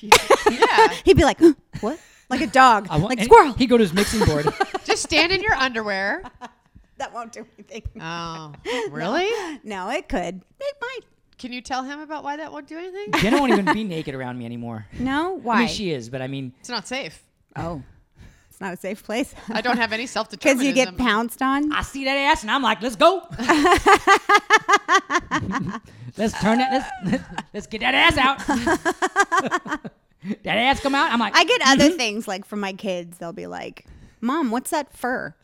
Speaker 1: yeah.
Speaker 3: He'd be like, "Huh, what? Like a dog, <laughs>
Speaker 2: I want-
Speaker 3: like
Speaker 2: and
Speaker 3: squirrel.
Speaker 2: He'd go to his mixing
Speaker 3: <laughs>
Speaker 2: board.
Speaker 1: Just stand in your underwear.
Speaker 3: <laughs> that won't do anything. <laughs>
Speaker 1: Oh, really?
Speaker 3: No, it could. It might.
Speaker 1: Can you tell him about why that won't do anything?
Speaker 2: Jenna won't even be naked around me anymore.
Speaker 3: No,
Speaker 2: I
Speaker 3: why?
Speaker 2: mean, she is, but I mean,
Speaker 1: It's not safe.
Speaker 3: oh, it's not a safe
Speaker 2: <laughs>
Speaker 3: place.
Speaker 1: I don't have
Speaker 3: <laughs>
Speaker 1: any self
Speaker 3: Because
Speaker 1: determinism.
Speaker 3: you get pounced on.
Speaker 2: I see that ass and I'm like, let's go. <laughs> let's turn that. Let's let's get that ass out. that ass come out. I'm like,
Speaker 3: I get other
Speaker 2: Mm-hmm.
Speaker 3: things like from my kids. They'll be like, "Mom, what's that fur?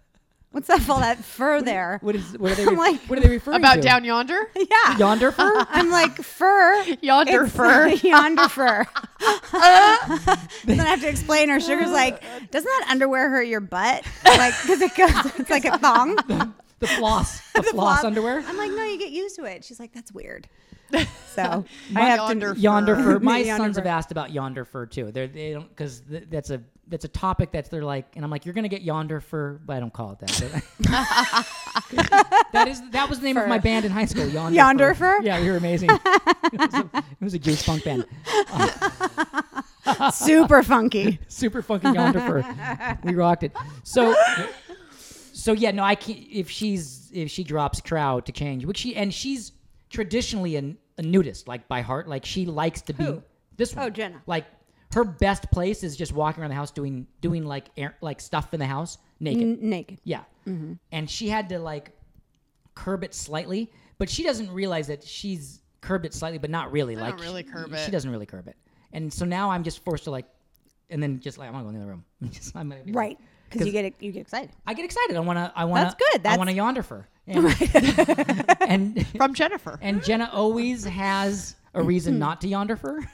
Speaker 3: What's up all that fur there?"
Speaker 2: what is? What are they?
Speaker 3: I'm
Speaker 2: re-
Speaker 3: like-
Speaker 2: what are they referring
Speaker 1: about
Speaker 2: to?
Speaker 1: down yonder.
Speaker 3: <laughs> Yeah,
Speaker 2: yonder
Speaker 3: <laughs>
Speaker 2: fur.
Speaker 3: I'm like fur.
Speaker 1: Yonder
Speaker 3: It's-
Speaker 1: fur.
Speaker 3: <laughs>
Speaker 1: Uh.
Speaker 3: yonder fur. then I have to explain. Her sugar's like, doesn't that underwear hurt your butt? Like, because it goes, <laughs> it's like a thong.
Speaker 2: the floss. The, floss, underwear.
Speaker 3: I'm like, no, you get used to it. She's like, that's weird.
Speaker 1: <laughs>
Speaker 3: So I
Speaker 1: My
Speaker 3: have
Speaker 1: yonder
Speaker 3: to.
Speaker 2: Yonder
Speaker 3: <laughs>
Speaker 2: fur. My
Speaker 3: Yonder
Speaker 2: sons
Speaker 3: fur.
Speaker 2: have asked about yonder fur too. They're, they don't because th- that's a that's a topic that's they're like, and I'm like, you're gonna get yonder fur, but I don't call it that. <laughs> that is that was the name of my
Speaker 3: Fur.
Speaker 2: band in high school. Yonder.
Speaker 3: Yonder fur?
Speaker 2: Yeah, we were
Speaker 3: <laughs>
Speaker 2: amazing. it, was a, it was a goose funk band.
Speaker 1: <laughs>
Speaker 3: Super funky.
Speaker 2: Super funky yonder fur. We rocked it. So. So yeah, no, I can't. If she's if she drops crow to change, which she and she's traditionally an, a nudist, like by heart, like she likes to be this one.
Speaker 3: Oh, Jenna.
Speaker 2: Like her best place is just walking around the house doing doing like air, like stuff in the house naked.
Speaker 3: N- naked.
Speaker 2: Yeah.
Speaker 3: Mm-hmm.
Speaker 2: And she had to like curb it slightly, but she doesn't realize that she's curbed it slightly, but not really. like
Speaker 1: don't really
Speaker 2: she,
Speaker 1: curb
Speaker 2: She
Speaker 1: it.
Speaker 2: doesn't really curb it. And so now I'm just forced to like, and then just like I'm gonna go in the other room. <laughs> Just- I'm gonna be like-
Speaker 3: Right. Because you get you get excited.
Speaker 2: I get excited. I wanna. I wanna.
Speaker 3: That's good.
Speaker 2: I
Speaker 3: That's-
Speaker 2: want to yonder
Speaker 3: <laughs>
Speaker 2: fur. And, <laughs> and
Speaker 1: From Jennifer.
Speaker 2: and Jenna always has a
Speaker 3: <clears throat>
Speaker 2: reason not to yonder fur.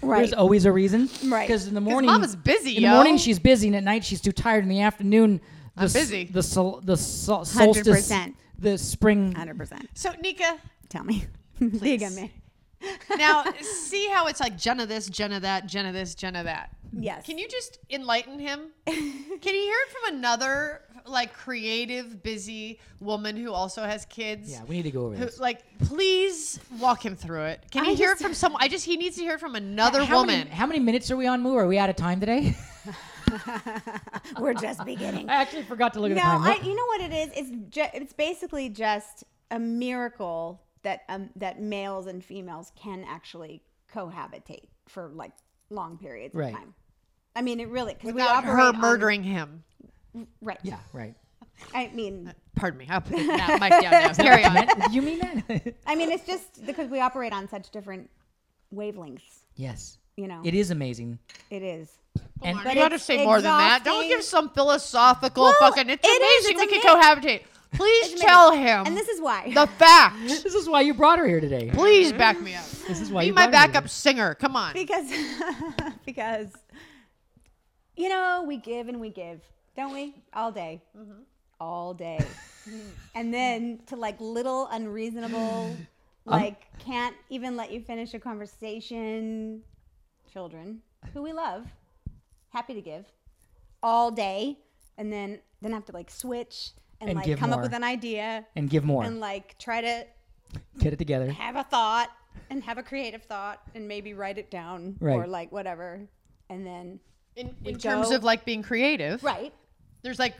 Speaker 3: Right.
Speaker 2: There's always a reason.
Speaker 3: Right.
Speaker 2: Because in the
Speaker 1: 'Cause
Speaker 2: morning,
Speaker 1: Mama's busy,
Speaker 2: In
Speaker 1: yo.
Speaker 2: the morning, she's busy, and at night, she's too tired. In the afternoon, the
Speaker 1: I'm
Speaker 2: s-
Speaker 1: busy.
Speaker 2: the sol, the sol, solstice,
Speaker 3: 100%.
Speaker 2: the spring.
Speaker 3: Hundred percent.
Speaker 1: so Nika,
Speaker 3: Tell me. <laughs> Diga me.
Speaker 1: now see how it's like Jenna this, Jenna that, Jenna this, Jenna that.
Speaker 3: Yes.
Speaker 1: Can you just enlighten him? Can you hear it from another like creative, busy woman who also has kids?
Speaker 2: Yeah, we need to go over
Speaker 1: Who,
Speaker 2: this.
Speaker 1: like, please walk him through it. Can
Speaker 3: I
Speaker 1: you hear
Speaker 3: just-
Speaker 1: it from someone? I just he needs to hear it from another
Speaker 2: how
Speaker 1: woman.
Speaker 2: Many, how many minutes are we on, Moo? Are we out of time today? <laughs>
Speaker 3: We're just beginning.
Speaker 2: I actually forgot to look at the
Speaker 3: No,
Speaker 2: time.
Speaker 3: I,
Speaker 1: e-
Speaker 2: What-
Speaker 3: you know what it is? It's ju- it's basically just a miracle that um, that males and females can actually cohabitate for like long periods
Speaker 2: Right.
Speaker 3: of time. I mean, it really because we
Speaker 1: Without
Speaker 3: operate
Speaker 1: her
Speaker 3: on-
Speaker 1: murdering him.
Speaker 3: right.
Speaker 2: yeah, right.
Speaker 3: I mean,
Speaker 1: Pardon me. I'll put that mic down
Speaker 3: <laughs>
Speaker 1: now. Carry on.
Speaker 2: you mean that? <laughs>
Speaker 3: I mean, it's just because we operate on such different wavelengths.
Speaker 2: yes.
Speaker 3: You know,
Speaker 2: It is amazing.
Speaker 3: it is.
Speaker 2: And
Speaker 1: you
Speaker 3: But
Speaker 1: got to
Speaker 3: it's
Speaker 1: say more than that. Don't
Speaker 3: exhausting.
Speaker 1: give some philosophical
Speaker 3: Well,
Speaker 1: fucking. It's
Speaker 3: it is,
Speaker 1: amazing
Speaker 3: it's
Speaker 1: we
Speaker 3: ama-
Speaker 1: can cohabitate. Please
Speaker 3: It's
Speaker 1: tell
Speaker 3: amazing.
Speaker 1: him
Speaker 3: and this is why.
Speaker 1: the facts.
Speaker 2: this is why you brought her here today.
Speaker 1: Please back me up.
Speaker 2: This is why
Speaker 1: Be
Speaker 2: you
Speaker 1: my
Speaker 2: brought her here
Speaker 1: backup singer. Come on.
Speaker 3: because <laughs> because you know we give and we give don't we all day
Speaker 2: Mm-hmm.
Speaker 3: all day
Speaker 2: <laughs>
Speaker 3: and then to like little
Speaker 2: Um.
Speaker 3: unreasonable like can't even let you finish a conversation children who we love happy to give all day and then then have to like switch and,
Speaker 2: And
Speaker 3: like
Speaker 2: give
Speaker 3: come
Speaker 2: more.
Speaker 3: up with an idea
Speaker 2: and give more.
Speaker 3: and like try to
Speaker 2: Get it together.
Speaker 3: have a thought and have a creative thought and maybe write it down
Speaker 2: Right.
Speaker 3: or like whatever and then
Speaker 1: In,
Speaker 3: We
Speaker 1: in terms
Speaker 3: go-
Speaker 1: of like being creative,
Speaker 3: <laughs> right
Speaker 1: There's like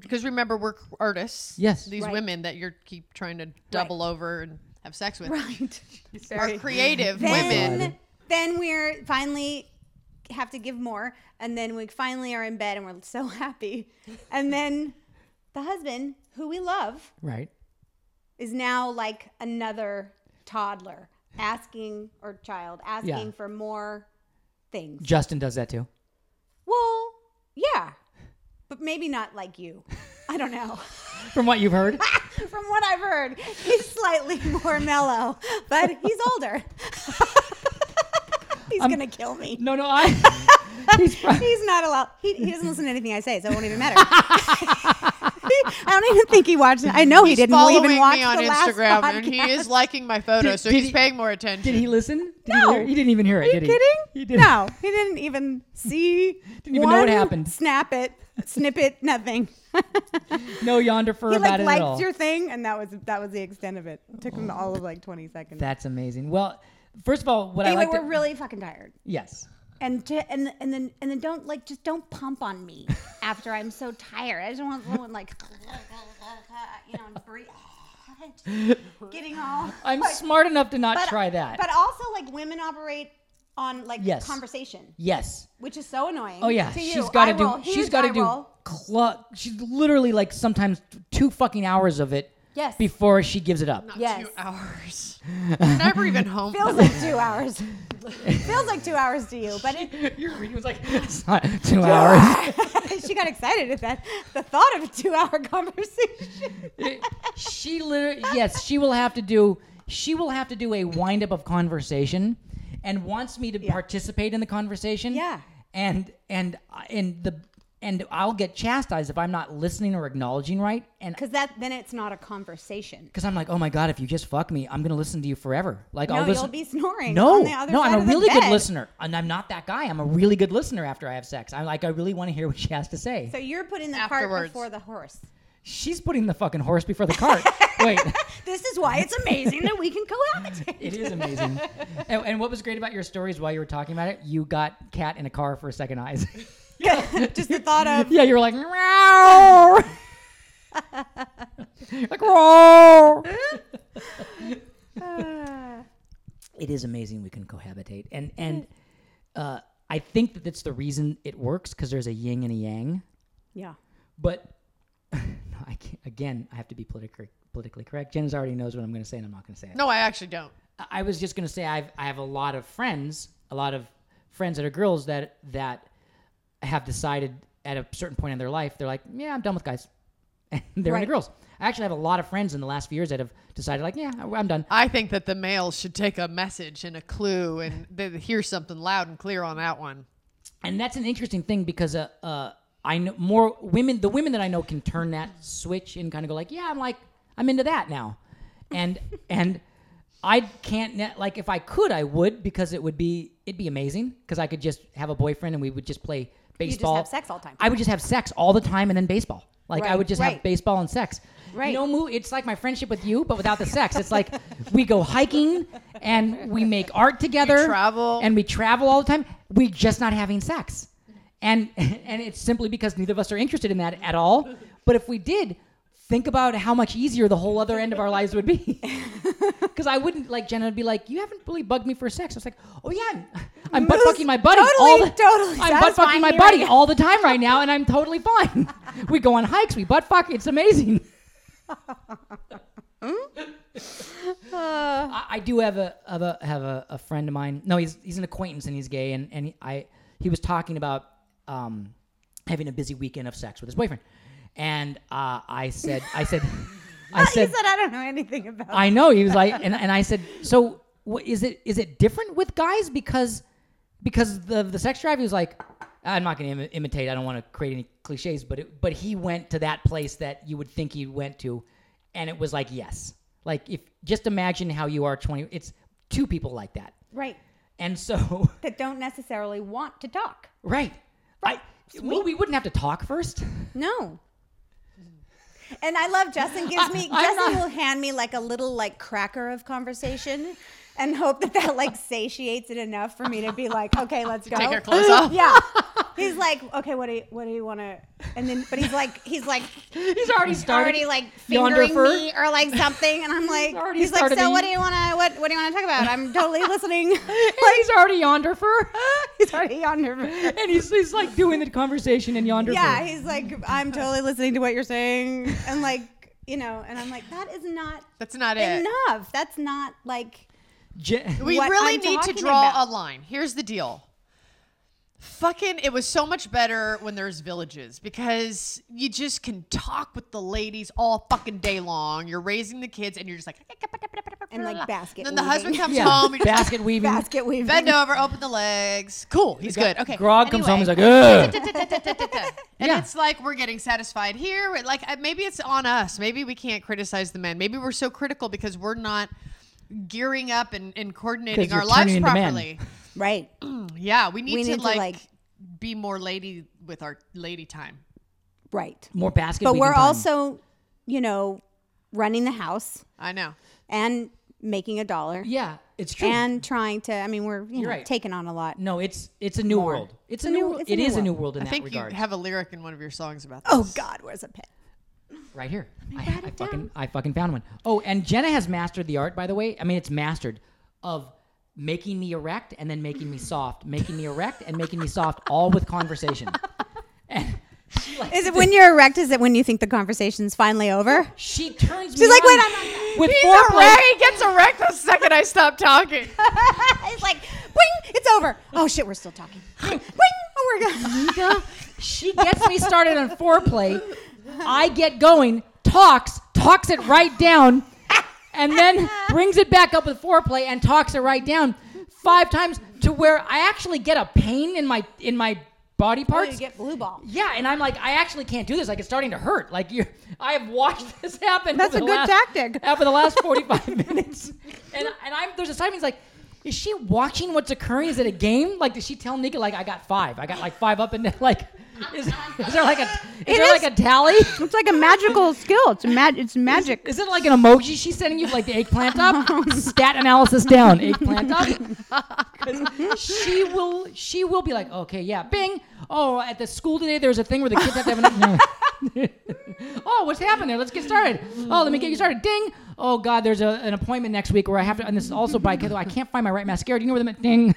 Speaker 1: because remember we're artists.
Speaker 2: Yes.
Speaker 1: These
Speaker 3: Right.
Speaker 1: women that you're keep trying to double over and have sex with
Speaker 3: right
Speaker 1: are creative
Speaker 3: then
Speaker 1: women.
Speaker 3: then we're finally have to give more and then we finally are in bed and we're so happy and then the husband who we love
Speaker 2: Right.
Speaker 3: is now like another toddler asking or child asking for more things
Speaker 2: Justin does that too.
Speaker 3: well yeah but maybe not like you i don't know
Speaker 2: From what you've
Speaker 1: <laughs>
Speaker 2: heard.
Speaker 3: From what I've heard, he's slightly <laughs> more mellow, but he's older. <laughs> he's gonna kill me.
Speaker 2: No, no, I.
Speaker 1: <laughs>
Speaker 2: <laughs> he's probably,
Speaker 3: He's not allowed. He, he doesn't listen to anything I say, so it won't even matter. <laughs> I don't even think he watched. it. I know he
Speaker 1: He's
Speaker 3: didn't
Speaker 1: following
Speaker 3: even watch
Speaker 1: me on
Speaker 3: the last
Speaker 1: Instagram
Speaker 3: podcast.
Speaker 1: and he is
Speaker 3: <laughs>
Speaker 1: liking my photo,
Speaker 2: Did-
Speaker 1: so
Speaker 2: did
Speaker 1: he's
Speaker 2: he-
Speaker 1: paying more attention.
Speaker 2: Did he listen? Did
Speaker 3: No.
Speaker 2: He, hear- he didn't even hear it.
Speaker 3: Are you
Speaker 2: did he?
Speaker 3: kidding?
Speaker 2: He didn't.
Speaker 3: No, he didn't even see.
Speaker 2: Didn't even know what
Speaker 3: one
Speaker 2: happened.
Speaker 3: Snap it, snip it, nothing. <laughs>
Speaker 2: No yonder fur
Speaker 3: He
Speaker 2: about
Speaker 3: like
Speaker 2: it at all.
Speaker 3: liked your thing, and that was that was the extent of it. It took him all of like twenty seconds.
Speaker 2: That's amazing. Well, first of all, what
Speaker 3: anyway,
Speaker 2: I like.
Speaker 3: we're
Speaker 2: To,
Speaker 3: really fucking tired. <laughs>
Speaker 2: yes.
Speaker 3: and to, and and then and then don't like just don't pump on me <laughs> after I'm so tired. I just want someone like you know and breathe. <laughs> God. Getting all.
Speaker 2: I'm
Speaker 3: like,
Speaker 2: smart enough to not
Speaker 3: but-
Speaker 2: try that.
Speaker 3: But also, like women operate on like
Speaker 2: Yes.
Speaker 3: conversation,
Speaker 2: yes.
Speaker 3: which is so annoying.
Speaker 2: Oh yeah,
Speaker 3: to you.
Speaker 2: she's got
Speaker 3: Eye
Speaker 2: to do.
Speaker 3: roll,
Speaker 2: She's
Speaker 3: huge
Speaker 2: got
Speaker 3: eye
Speaker 2: to do.
Speaker 3: roll.
Speaker 2: Cl- she's literally like sometimes two fucking hours of it
Speaker 3: Yes.
Speaker 2: before she gives it up.
Speaker 3: Yes.
Speaker 1: Two hours. You're never even home.
Speaker 3: <laughs> Feels like two hours. <laughs> Feels like two hours to you, but it,
Speaker 2: Your reading was like it's not <laughs> two hours.
Speaker 3: <laughs> she got excited at that. The thought of a two-hour <laughs> conversation.
Speaker 2: she literally yes, she will have to do. She will have to do a wind up of conversation, and wants me to participate in the conversation.
Speaker 3: Yeah.
Speaker 2: and and I- and the and I'll get chastised if I'm not listening or acknowledging right, and
Speaker 3: Because that then it's not a conversation.
Speaker 2: because I'm like, oh my god, if you just fuck me, I'm gonna listen to you forever. Like
Speaker 3: No,
Speaker 2: I'll listen.
Speaker 3: you'll be snoring.
Speaker 2: No,
Speaker 3: on the other
Speaker 2: no,
Speaker 3: side
Speaker 2: I'm a
Speaker 3: of the
Speaker 2: really good
Speaker 3: bed.
Speaker 2: listener, and I'm not that guy. I'm a really good listener after I have sex. I'm like, I really want to hear what she has to say.
Speaker 3: So you're putting the cart
Speaker 1: Afterwards.
Speaker 3: before the horse.
Speaker 2: She's putting the fucking horse before the
Speaker 3: <laughs>
Speaker 2: cart. Wait,
Speaker 3: This is why it's amazing that we can cohabitate.
Speaker 2: <laughs> it is amazing. And, and what was great about your stories while you were talking about it, you got cat in a car for second eyes. <laughs>
Speaker 3: <laughs> Just the thought of
Speaker 2: yeah, you were like, meow. <laughs> like, meow.
Speaker 3: uh,
Speaker 2: it is amazing we can cohabitate and and uh, i think that that's the reason it works because there's a yin and a yang
Speaker 3: yeah.
Speaker 2: but <laughs> no, I can't, again i have to be politically politically correct jen already knows what i'm going to say and i'm not going to say it
Speaker 1: No, I actually don't.
Speaker 2: I- i was just going to say I've, i have a lot of friends a lot of friends that are girls that that have decided at a certain point in their life they're like yeah i'm done with guys <laughs> and they're into
Speaker 3: Right.
Speaker 2: girls i actually have a lot of friends in the last few years that have decided like yeah i'm done
Speaker 1: I think that the male should take a message and a clue and they hear something loud and clear on that one.
Speaker 2: and that's an interesting thing because uh, uh, I know more women. The women that I know can turn that switch and kind of go like, "Yeah, I'm like, I'm into that now," and <laughs> and I can't ne- like if I could, I would because it would be it'd be amazing because I could just have a boyfriend and we would just play
Speaker 3: just
Speaker 2: baseball.
Speaker 3: have sex all the time.
Speaker 2: I would just have sex all the time and then baseball. Like I
Speaker 3: Right,
Speaker 2: would just have
Speaker 3: right.
Speaker 2: baseball and sex.
Speaker 3: Right.
Speaker 2: No move. It's like my friendship with you, but without the sex. It's like we go hiking and we make art together.
Speaker 1: travel.
Speaker 2: and we travel all the time. We're just not having sex, and <laughs> and it's simply because neither of us are interested in that at all. But if we did, think about how much easier the whole other end of our lives would be. <laughs> Because I wouldn't like Jenna would be like, "You haven't really bugged me for sex." I was like, "Oh yeah, I'm, I'm butt fucking my buddy
Speaker 3: totally,
Speaker 2: all the
Speaker 3: totally
Speaker 2: I'm butt fucking
Speaker 3: satisfying
Speaker 2: my
Speaker 3: me
Speaker 2: buddy
Speaker 3: right now."
Speaker 2: all the time right now, and I'm totally fine. <laughs> we go on hikes, we butt fuck. It's amazing." I, I do have a have a have a, a friend of mine. No, he's he's an acquaintance and he's gay and and he, I he was talking about um having a busy weekend of sex with his boyfriend, and uh, I said I said
Speaker 3: <laughs>
Speaker 2: I
Speaker 3: He
Speaker 2: said
Speaker 3: said I don't know anything about.
Speaker 2: I know he was like and and I said so what is it is it different with guys because because the the sex drive he was like I'm not going to Im- imitate I don't want to create any cliches but it, but he went to that place that you would think he went to and it was like yes like if just imagine how you are 20 it's two people like that
Speaker 3: right.
Speaker 2: and so <laughs>
Speaker 3: That don't necessarily want to talk.
Speaker 2: right I well, we wouldn't have to talk first <laughs>
Speaker 3: No. And I love Justin gives me
Speaker 2: <laughs> I- I'm
Speaker 3: Justin
Speaker 2: not-
Speaker 3: will hand me like a little like cracker of conversation and hope that that like satiates it enough for me to be like, okay, let's go.
Speaker 1: Take your clothes off.
Speaker 3: Yeah. He's like, okay, what do you what do you want to? And then, but he's like, he's like,
Speaker 2: <laughs> he's already started
Speaker 3: already like
Speaker 2: yonder
Speaker 3: fingering
Speaker 2: fur.
Speaker 3: me or like something, and I'm like,
Speaker 2: already
Speaker 3: he's like,
Speaker 2: started
Speaker 3: so
Speaker 2: the-
Speaker 3: what do you want to what what do you want to talk about? I'm
Speaker 2: <laughs>
Speaker 3: totally listening. <laughs>
Speaker 2: And he's already yonder fur
Speaker 3: he's already yonder. fur.
Speaker 2: <laughs> and he's, he's like doing the conversation in yonder
Speaker 3: Yeah,
Speaker 2: fur.
Speaker 3: he's like, I'm totally listening to what you're saying, and like, you know, and I'm like, that is not
Speaker 1: That's not it.
Speaker 3: enough. That's not like
Speaker 2: Je-
Speaker 1: we
Speaker 3: what
Speaker 1: really
Speaker 3: I'm
Speaker 1: need to
Speaker 3: talking
Speaker 1: draw
Speaker 3: about.
Speaker 1: a line. Here's the deal. Fucking, it was so much better when there's villages because you just can talk with the ladies all fucking day long. You're raising the kids and you're just like, <laughs>
Speaker 3: And, like, basket
Speaker 1: Then the husband
Speaker 3: weaving.
Speaker 1: comes
Speaker 2: <laughs> yeah.
Speaker 1: home, you just
Speaker 2: basket weaving.
Speaker 3: <laughs> basket weaving.
Speaker 1: bend over, open the legs. Cool, he's good. Okay,
Speaker 2: Grog comes home. He's
Speaker 1: Anyway.
Speaker 2: like, ugh.
Speaker 1: <laughs> and
Speaker 2: Yeah.
Speaker 1: it's like we're getting satisfied here. We're Like uh, maybe it's on us. Maybe we can't criticize the men. Maybe we're so critical because we're not gearing up and, and coordinating
Speaker 2: 'Cause you're
Speaker 1: our lives
Speaker 2: turning into men.
Speaker 1: properly.
Speaker 3: Right.
Speaker 1: Yeah, we need,
Speaker 3: We
Speaker 1: to,
Speaker 3: need to,
Speaker 1: like,
Speaker 3: like-
Speaker 1: be more lady with our lady time.
Speaker 3: Right.
Speaker 2: More basket.
Speaker 3: But
Speaker 2: weaving
Speaker 3: we're
Speaker 2: time.
Speaker 3: also, you know, running the house
Speaker 1: I know.
Speaker 3: and making a dollar
Speaker 2: yeah. It's true.
Speaker 3: and trying to, I mean, we're, you know,
Speaker 2: right.
Speaker 3: taking on a lot.
Speaker 2: no, it's it's a new world. It's a
Speaker 3: new-
Speaker 2: new.
Speaker 3: it's a
Speaker 2: It
Speaker 3: new
Speaker 2: is a
Speaker 3: world.
Speaker 2: new world in
Speaker 1: I
Speaker 2: that
Speaker 1: think
Speaker 2: regard.
Speaker 1: you have a lyric in one of your songs about this.
Speaker 3: Oh God, where's a pen?
Speaker 2: right here. I,
Speaker 3: write
Speaker 2: I
Speaker 3: it
Speaker 2: fucking
Speaker 3: down.
Speaker 2: I fucking found one. Oh, and Jenna has mastered the art, by the way. I mean, it's mastered of making me erect and then making me soft, making me erect and making me soft, all with conversation. And she like
Speaker 3: Is it when you're erect? Is it when you think the conversation's finally over?
Speaker 2: she turns me
Speaker 3: She's like,
Speaker 2: on
Speaker 3: wait, I'm not done.
Speaker 2: with
Speaker 1: He's
Speaker 2: foreplay.
Speaker 1: erect. He gets erect the second I stop talking.
Speaker 3: <laughs> it's like, bing, it's over. Oh shit, we're still talking. Bing, oh, we're <laughs> good.
Speaker 2: Nika, she gets me started on foreplay. I get going, talks, talks it right down, and then brings it back up with foreplay and talks it right down five times to where I actually get a pain in my in my body
Speaker 3: Oh,
Speaker 2: parts.
Speaker 3: you get blue ball.
Speaker 2: yeah, and I'm like, I actually can't do this. Like it's starting to hurt. Like you, <laughs> I have watched <laughs> this happen.
Speaker 3: That's
Speaker 2: over the
Speaker 3: a good
Speaker 2: last- <laughs>
Speaker 3: tactic.
Speaker 2: Over the
Speaker 3: <laughs>
Speaker 2: last 45 minutes, and and I'm there's a time he's like, is she watching what's occurring? Is it a game? Like, did she tell Nika like I got five? I got like five up and down. <laughs> Like, is, is there like a is
Speaker 3: It
Speaker 2: there
Speaker 3: is-
Speaker 2: like a tally?
Speaker 3: <laughs> It's like a magical skill. It's mag- It's magic.
Speaker 2: Is it like an emoji she's sending you like the eggplant
Speaker 1: <laughs> Oh,
Speaker 2: up? Stat analysis down, eggplant up.
Speaker 1: <laughs>
Speaker 2: 'Cause she will she will be like, okay, yeah, bing. Oh, at the school today there's a thing where the kids have to have enough. <laughs> oh, what's happening? Let's get started. Oh, let me get you started. Ding. Oh God, there's a, an appointment next week where I have to and this is also by though I can't find my right mascara. Do you know where the ma- ding?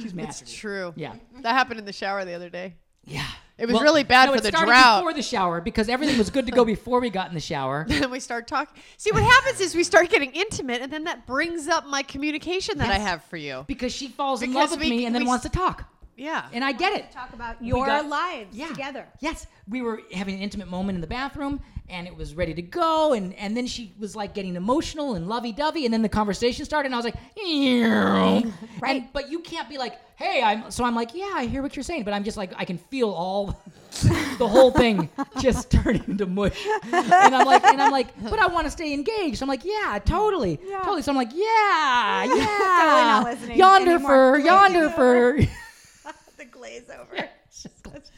Speaker 2: she's mad.
Speaker 1: True.
Speaker 2: Yeah.
Speaker 1: That happened in the shower the other day.
Speaker 2: Yeah.
Speaker 1: It was really bad
Speaker 2: no,
Speaker 1: for
Speaker 2: it
Speaker 1: the
Speaker 2: started
Speaker 1: drought.
Speaker 2: before the shower because everything was good to go before we got in
Speaker 1: <laughs>
Speaker 2: the shower.
Speaker 1: and we start talking. See, what happens is we start getting intimate, and then that brings up my communication that I
Speaker 2: Yes.
Speaker 1: have for you.
Speaker 2: because she falls in
Speaker 1: Because
Speaker 2: love with
Speaker 1: we-
Speaker 2: me and then
Speaker 1: we-
Speaker 2: wants to talk.
Speaker 1: Yeah.
Speaker 2: And I get it.
Speaker 3: Talk about
Speaker 2: We
Speaker 3: your
Speaker 2: got-
Speaker 3: lives
Speaker 2: Yeah.
Speaker 3: together.
Speaker 2: Yes, we were having an intimate moment in the bathroom, and it was ready to go, and and then she was like getting emotional and lovey-dovey, and then the conversation started, and I was like,
Speaker 3: <laughs>
Speaker 2: right. but you can't be like, hey, I'm. So I'm like, yeah, I hear what you're saying, but I'm just like, I can feel all <laughs> the whole thing just turn into mush, and I'm like, and I'm like, but I want to stay engaged. So I'm like, yeah, totally, totally. So I'm like,
Speaker 3: <laughs>
Speaker 2: yeah, yeah,
Speaker 3: not listening
Speaker 2: yonder
Speaker 3: anymore. <laughs>
Speaker 2: fur, yonder <laughs> fur.
Speaker 3: The glaze over.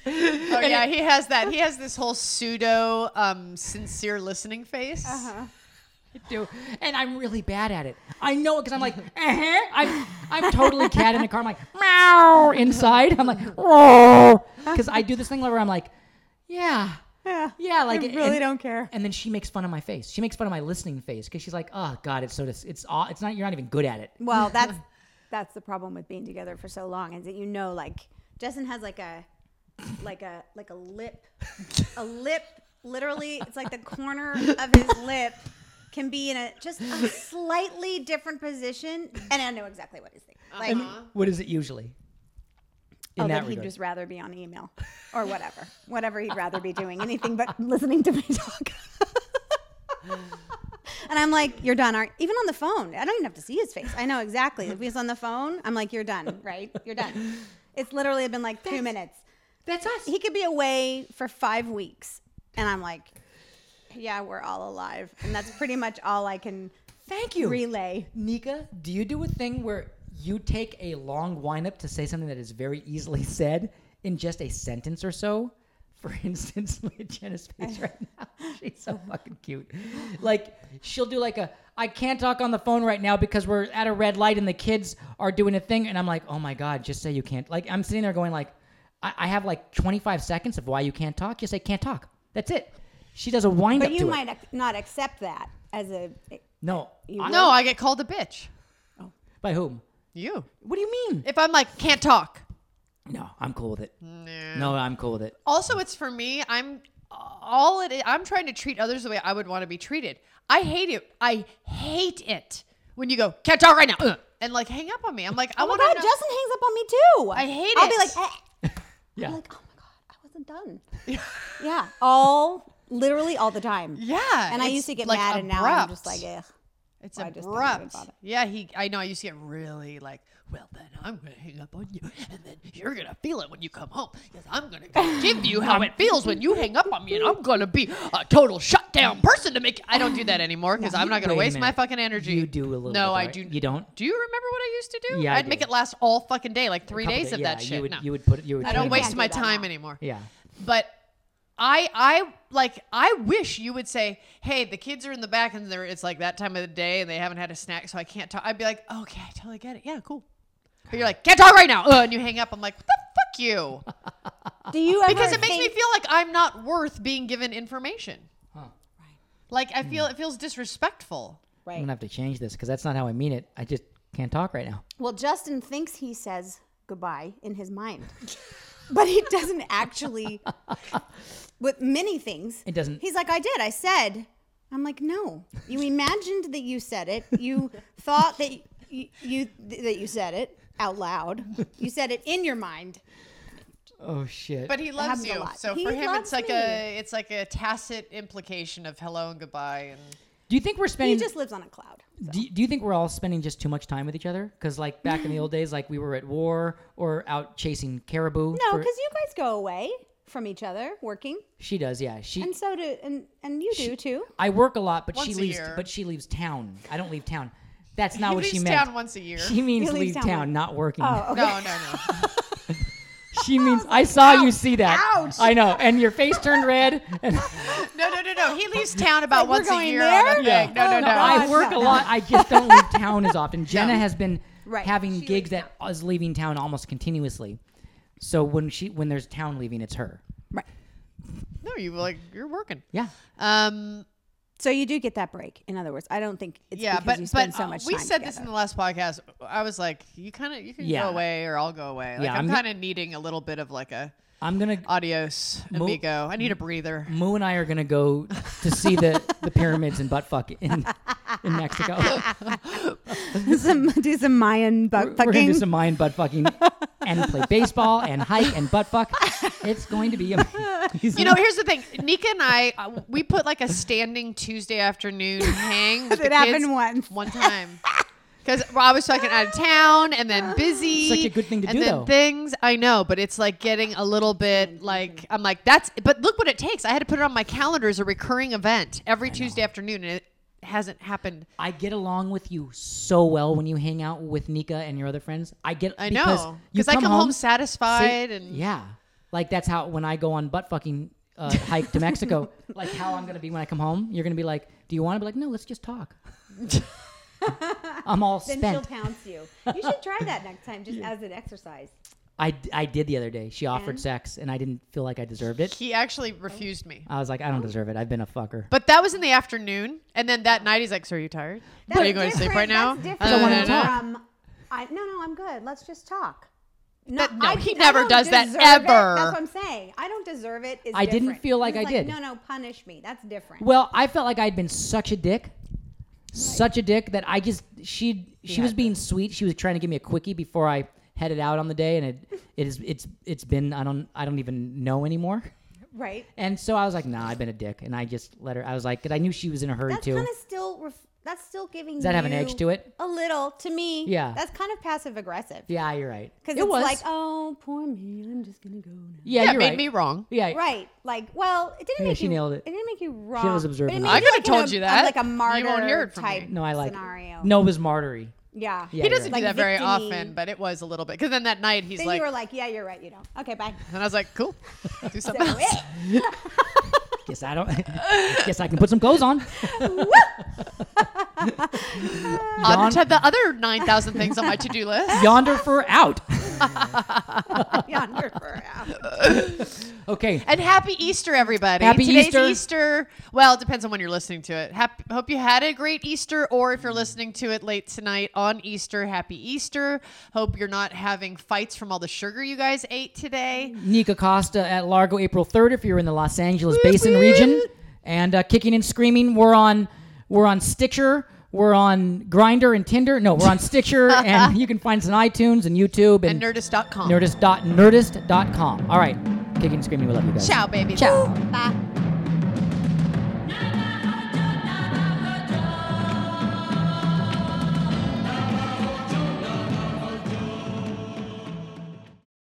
Speaker 1: oh yeah, he has that. He has this whole pseudo um, sincere listening face.
Speaker 2: do, and I'm really bad at it. I know it because I'm like, uh-huh. I'm, I'm totally cat in the car. I'm like, meow inside. I'm like, because I do this thing where I'm like, yeah,
Speaker 3: Yeah.
Speaker 2: yeah, like
Speaker 3: I really
Speaker 2: and-
Speaker 3: don't care.
Speaker 2: And then she makes fun of my face. She makes fun of my listening face because she's like, oh god, it's so dis- it's aw- it's not you're not even good at it.
Speaker 3: <laughs> Well, that's that's the problem with being together for so long is that you know, like Justin has like a like a like a lip, a lip. Literally, it's like the corner of his lip can be in a just a slightly different position, and I know exactly what he's thinking. Like,
Speaker 2: And what is it usually? In that
Speaker 3: oh, that he'd
Speaker 2: regard.
Speaker 3: just rather be on email or whatever, whatever he'd rather be doing, anything but <laughs> listening to me talk. <laughs> And I'm like, you're done, aren't? Even on the phone, I don't even have to see his face. I know exactly. If he's on the phone, I'm like, you're done, right? You're done. It's literally been like two minutes.
Speaker 2: That's us.
Speaker 3: He could be away for five weeks, and I'm like, yeah, we're all alive, and that's pretty much all I can
Speaker 2: Thank you.
Speaker 3: relay.
Speaker 2: Nika, do you do a thing where you take a long wind up to say something that is very easily <laughs> said in just a sentence or so? For <laughs> instance, look at Jenna's face
Speaker 3: <laughs>
Speaker 2: right now. <laughs> She's so fucking cute. Like she'll do like a I can't talk on the phone right now because we're at a red light and the kids are doing a thing and I'm like, oh my God, just say you can't like I'm sitting there going like I, I have like twenty five seconds of why you can't talk. Just say can't talk. That's it. She does a wind
Speaker 3: But
Speaker 2: up.
Speaker 3: you
Speaker 2: to it.
Speaker 3: might ac- not accept that as a.
Speaker 2: No. I-
Speaker 1: No, I get called a bitch.
Speaker 2: By whom?
Speaker 1: You.
Speaker 2: What do you mean?
Speaker 1: If I'm like can't talk.
Speaker 2: No, I'm cool with it. No, I'm cool with it.
Speaker 1: Also, it's for me. I'm all it. I'm trying to treat others the way I would want to be treated. I hate it. I hate it when you go can't talk right now uh, and like hang up on me. I'm like I
Speaker 3: Oh my
Speaker 1: want
Speaker 3: god,
Speaker 1: to.
Speaker 3: Justin hangs up on me too.
Speaker 1: I hate
Speaker 3: I'll be
Speaker 1: it.
Speaker 3: like, eh.
Speaker 2: Yeah.
Speaker 3: I'm like, oh my god, I wasn't
Speaker 1: <laughs>
Speaker 3: done. yeah, all literally all the time.
Speaker 1: yeah,
Speaker 3: and I
Speaker 1: it's,
Speaker 3: used to get
Speaker 1: like,
Speaker 3: mad, and now I'm just
Speaker 1: abrupt.
Speaker 3: like, eh.
Speaker 1: It's
Speaker 3: Well, I just don't even
Speaker 1: abrupt.
Speaker 3: bother.
Speaker 1: Yeah, he. I know. I used to get really like, well, then I'm gonna hang up on you, and then you're gonna feel it when you come home, because I'm gonna go give you how it feels when you hang up on me, and I'm gonna be a total shutdown person to make. I don't do that anymore because I'm not gonna
Speaker 2: Wait a
Speaker 1: waste my
Speaker 2: minute.
Speaker 1: fucking energy.
Speaker 2: You do a little
Speaker 1: No,
Speaker 2: bit,
Speaker 1: I
Speaker 2: right?
Speaker 1: do.
Speaker 2: You don't?
Speaker 1: Do you remember what I used to do?
Speaker 2: Yeah, I
Speaker 1: I'd make
Speaker 2: do.
Speaker 1: it last all fucking day, like three
Speaker 2: Couple
Speaker 1: days
Speaker 2: da-
Speaker 1: of
Speaker 2: yeah,
Speaker 1: that
Speaker 2: you
Speaker 1: shit.
Speaker 2: Would,
Speaker 1: No.
Speaker 2: You would put. You would
Speaker 1: I
Speaker 2: change
Speaker 1: don't
Speaker 2: it.
Speaker 1: waste
Speaker 3: do
Speaker 1: my
Speaker 3: that
Speaker 1: time
Speaker 3: now.
Speaker 1: anymore.
Speaker 2: Yeah.
Speaker 1: But I I like I wish you would say, "Hey, the kids are in the back and they're it's like that time of the day and they haven't had a snack, so I can't talk." I'd be like, "Okay, I totally get it. Yeah, cool." But you're like, can't talk right now. Uh, and you hang up. I'm like, what the fuck you?
Speaker 3: <laughs> Do you ever
Speaker 1: Because it makes me
Speaker 3: think-
Speaker 1: feel like I'm not worth being given information. Like I feel it feels disrespectful.
Speaker 2: I'm gonna
Speaker 3: right?
Speaker 2: have to change this because that's not how I mean it. I just can't talk right now.
Speaker 3: Well, Justin thinks he says goodbye in his mind, <laughs> but he doesn't actually. With many things,
Speaker 2: It doesn't-
Speaker 3: He's like, I did. I said. I'm like, no. You imagined that you said it. You thought that you, you that you said it out loud. You said it in your mind.
Speaker 2: Oh shit.
Speaker 1: But he loves
Speaker 3: happens a
Speaker 1: you.
Speaker 3: lot.
Speaker 1: So
Speaker 3: He
Speaker 1: for him
Speaker 3: loves
Speaker 1: it's like
Speaker 3: me.
Speaker 1: a it's like a tacit implication of hello and goodbye and
Speaker 2: do you think we're
Speaker 3: He
Speaker 2: spending?
Speaker 3: just lives on a cloud.
Speaker 2: do, do you think we're all spending just too much time with each other? Because like back in the old days, like we were at war or out chasing caribou.
Speaker 3: No,
Speaker 2: for-
Speaker 3: because you guys go away from each other working,
Speaker 2: she does. Yeah, she.
Speaker 3: and so do and and you do too.
Speaker 2: I work a lot, but she
Speaker 1: Once a
Speaker 2: leaves.
Speaker 1: year.
Speaker 2: But she leves town. I don't leave town. That's not
Speaker 1: he
Speaker 2: what
Speaker 1: leaves
Speaker 2: she
Speaker 1: town
Speaker 2: meant.
Speaker 1: once a year.
Speaker 2: She means
Speaker 3: He leaves
Speaker 2: leave
Speaker 3: town
Speaker 2: town,
Speaker 3: once-
Speaker 2: not working.
Speaker 3: Oh, okay.
Speaker 1: No, no, no.
Speaker 2: She means I saw you see that.
Speaker 3: ouch.
Speaker 2: I know, and your face turned red. And
Speaker 1: No, no, no, no. He leaves town about
Speaker 3: we're
Speaker 1: once a
Speaker 3: going
Speaker 1: year
Speaker 3: there?
Speaker 1: on a thing. No, no,
Speaker 3: Oh,
Speaker 1: no.
Speaker 2: I
Speaker 3: gosh,
Speaker 2: work a
Speaker 3: no,
Speaker 2: lot. I just don't leave town as often. Jenna
Speaker 1: No.
Speaker 2: has been
Speaker 3: Right.
Speaker 2: having
Speaker 3: She
Speaker 2: gigs that is leaving town almost continuously. So when she when there's town leaving, it's her.
Speaker 3: Right.
Speaker 1: no, you like you're working.
Speaker 2: Yeah.
Speaker 1: Um
Speaker 3: So you do get that break. In other words, I don't think it's
Speaker 1: yeah,
Speaker 3: because
Speaker 1: but
Speaker 3: you spend
Speaker 1: but
Speaker 3: so
Speaker 1: uh,
Speaker 3: much
Speaker 1: we
Speaker 3: time
Speaker 1: said this in
Speaker 3: together.
Speaker 1: the last podcast. I was like, you kind of you can
Speaker 2: Yeah.
Speaker 1: go away or I'll go away. Like
Speaker 2: Yeah,
Speaker 1: I'm,
Speaker 2: I'm-
Speaker 1: kind of needing a little bit of like a
Speaker 2: I'm gonna
Speaker 1: adios
Speaker 2: Mo-
Speaker 1: amigo. I need a breather.
Speaker 2: Moo and I are gonna go to see the, the pyramids and buttfuck in in Mexico.
Speaker 3: some <laughs> do some Mayan
Speaker 2: We're
Speaker 3: butt
Speaker 2: gonna do
Speaker 3: fucking.
Speaker 2: some Mayan butt fucking and play baseball and hike and butt fuck. It's going to be amazing.
Speaker 1: You know, here's the thing. Nika and I, uh, we put like a standing Tuesday
Speaker 3: <laughs>
Speaker 1: afternoon hang. With
Speaker 3: It
Speaker 1: the kids
Speaker 3: happened once.
Speaker 1: One time. Because I was fucking out of town and
Speaker 3: <gasps>
Speaker 1: then busy.
Speaker 2: Such a good thing to
Speaker 1: and
Speaker 2: do,
Speaker 1: then
Speaker 2: though.
Speaker 1: Things I know, but it's like getting a little bit like I'm like that's. But look what it takes. I had to put it on my calendar as a recurring event every Tuesday afternoon, and it hasn't happened.
Speaker 2: I get along with you so well when you hang out with Nika and your other friends. I get
Speaker 1: I
Speaker 2: because
Speaker 1: know
Speaker 2: you
Speaker 1: because I come home, satisfied
Speaker 2: See?
Speaker 1: and
Speaker 2: yeah, like that's how when I go on butt fucking
Speaker 1: <laughs>
Speaker 2: uh, hike to Mexico, like how I'm gonna be when I come home. You're gonna be like, "Do you want to be like, no, let's
Speaker 1: <laughs>
Speaker 2: just talk." I'm all
Speaker 3: Then she'll
Speaker 2: spent.
Speaker 3: pounce you. You should try that next time, just as an exercise.
Speaker 2: I, I did the other day. She offered
Speaker 3: And?
Speaker 2: sex, and I didn't feel like I deserved it.
Speaker 1: he actually
Speaker 3: Oh.
Speaker 1: refused me.
Speaker 2: I was like, I don't deserve it. I've been a fucker.
Speaker 1: But that was in the afternoon, and then that night he's like, "So are you tired? are you going to sleep right
Speaker 3: different-
Speaker 1: now?"
Speaker 3: That's
Speaker 1: Uh,
Speaker 2: I wanna
Speaker 1: no, no, no.
Speaker 2: talk.
Speaker 3: different from. I, no, no, I'm good. Let's just talk.
Speaker 1: That- no, he
Speaker 3: don't
Speaker 1: never does that
Speaker 3: deserve it.
Speaker 1: ever.
Speaker 3: That's what I'm saying. I don't deserve it. Is
Speaker 2: I didn't
Speaker 3: different.
Speaker 2: feel like
Speaker 3: He's
Speaker 2: I did.
Speaker 3: No, no, punish me. That's different.
Speaker 2: Well, I felt like I'd been such a dick, such a dick that I just she she was being sweet. She was trying to give me a quickie before I headed out on the day, and
Speaker 3: <laughs>
Speaker 2: it it is it's it's been I don't I don't even know anymore.
Speaker 3: right.
Speaker 2: And so I was like, nah, I've been a dick, and I just let her. I was like, 'cause I knew she was in a hurry
Speaker 3: That's
Speaker 2: too.
Speaker 3: kind of still. Ref- that's still giving.
Speaker 2: Does that have an
Speaker 3: you
Speaker 2: edge to it?
Speaker 3: A little to me.
Speaker 2: Yeah.
Speaker 3: That's kind of passive aggressive.
Speaker 2: yeah, you're right.
Speaker 3: Because
Speaker 2: it
Speaker 3: it's
Speaker 2: was
Speaker 3: like, oh, poor me. I'm just gonna go now.
Speaker 2: yeah,
Speaker 1: Yeah,
Speaker 2: you're
Speaker 1: made
Speaker 2: right.
Speaker 1: me wrong.
Speaker 2: yeah,
Speaker 3: Right. Like, well, it didn't
Speaker 2: Yeah,
Speaker 3: make
Speaker 2: she
Speaker 3: you.
Speaker 2: nailed it.
Speaker 3: It didn't make you wrong. but
Speaker 2: observant.
Speaker 3: It made
Speaker 2: I
Speaker 1: coulda
Speaker 3: like in
Speaker 1: told
Speaker 3: a-
Speaker 1: you that.
Speaker 3: Like
Speaker 1: You
Speaker 3: a
Speaker 1: won't
Speaker 3: martyr
Speaker 1: hear it from me.
Speaker 3: type
Speaker 2: No, I like
Speaker 3: scenario.
Speaker 2: it. No, it was martyry.
Speaker 3: Yeah.
Speaker 2: Yeah,
Speaker 1: He
Speaker 2: you're
Speaker 1: doesn't
Speaker 2: right.
Speaker 1: do that
Speaker 3: Like
Speaker 1: very
Speaker 3: victim-y.
Speaker 1: often, but it was a little bit. Because then that night he's
Speaker 3: Then
Speaker 1: like,
Speaker 3: you were like, yeah, you're right. You don't.
Speaker 1: <laughs>
Speaker 3: Okay, bye.
Speaker 1: and I was like, cool, <laughs> do
Speaker 3: So
Speaker 1: something. else.
Speaker 3: it. <laughs>
Speaker 2: Guess I don't. guess I can put some clothes on. <laughs>
Speaker 1: On to the other nine thousand things on my to-do list.
Speaker 2: Yonder fur out. <laughs>
Speaker 3: Yonder for out.
Speaker 2: Okay.
Speaker 1: And happy Easter, everybody!
Speaker 2: Happy
Speaker 1: Today's
Speaker 2: Easter.
Speaker 1: Easter. Well, it depends on when you're listening to it. Happy, hope you had a great Easter, or if you're listening to it late tonight on Easter, happy Easter. Hope you're not having fights from all the sugar you guys ate today.
Speaker 2: Nika Costa at Largo April 3rd if you're in the Los Angeles Basin region. And uh, Kicking and Screaming, we're on we're on Stitcher, we're on Grinder and Tinder. No, we're on Stitcher and you can find us on iTunes and YouTube
Speaker 1: And
Speaker 2: and,
Speaker 1: Nerdist.com.
Speaker 2: Nerdist dot nerdist.com. All right. Kicking and Screaming, we love you guys.
Speaker 1: Ciao, baby.
Speaker 2: Ciao.
Speaker 3: Bye.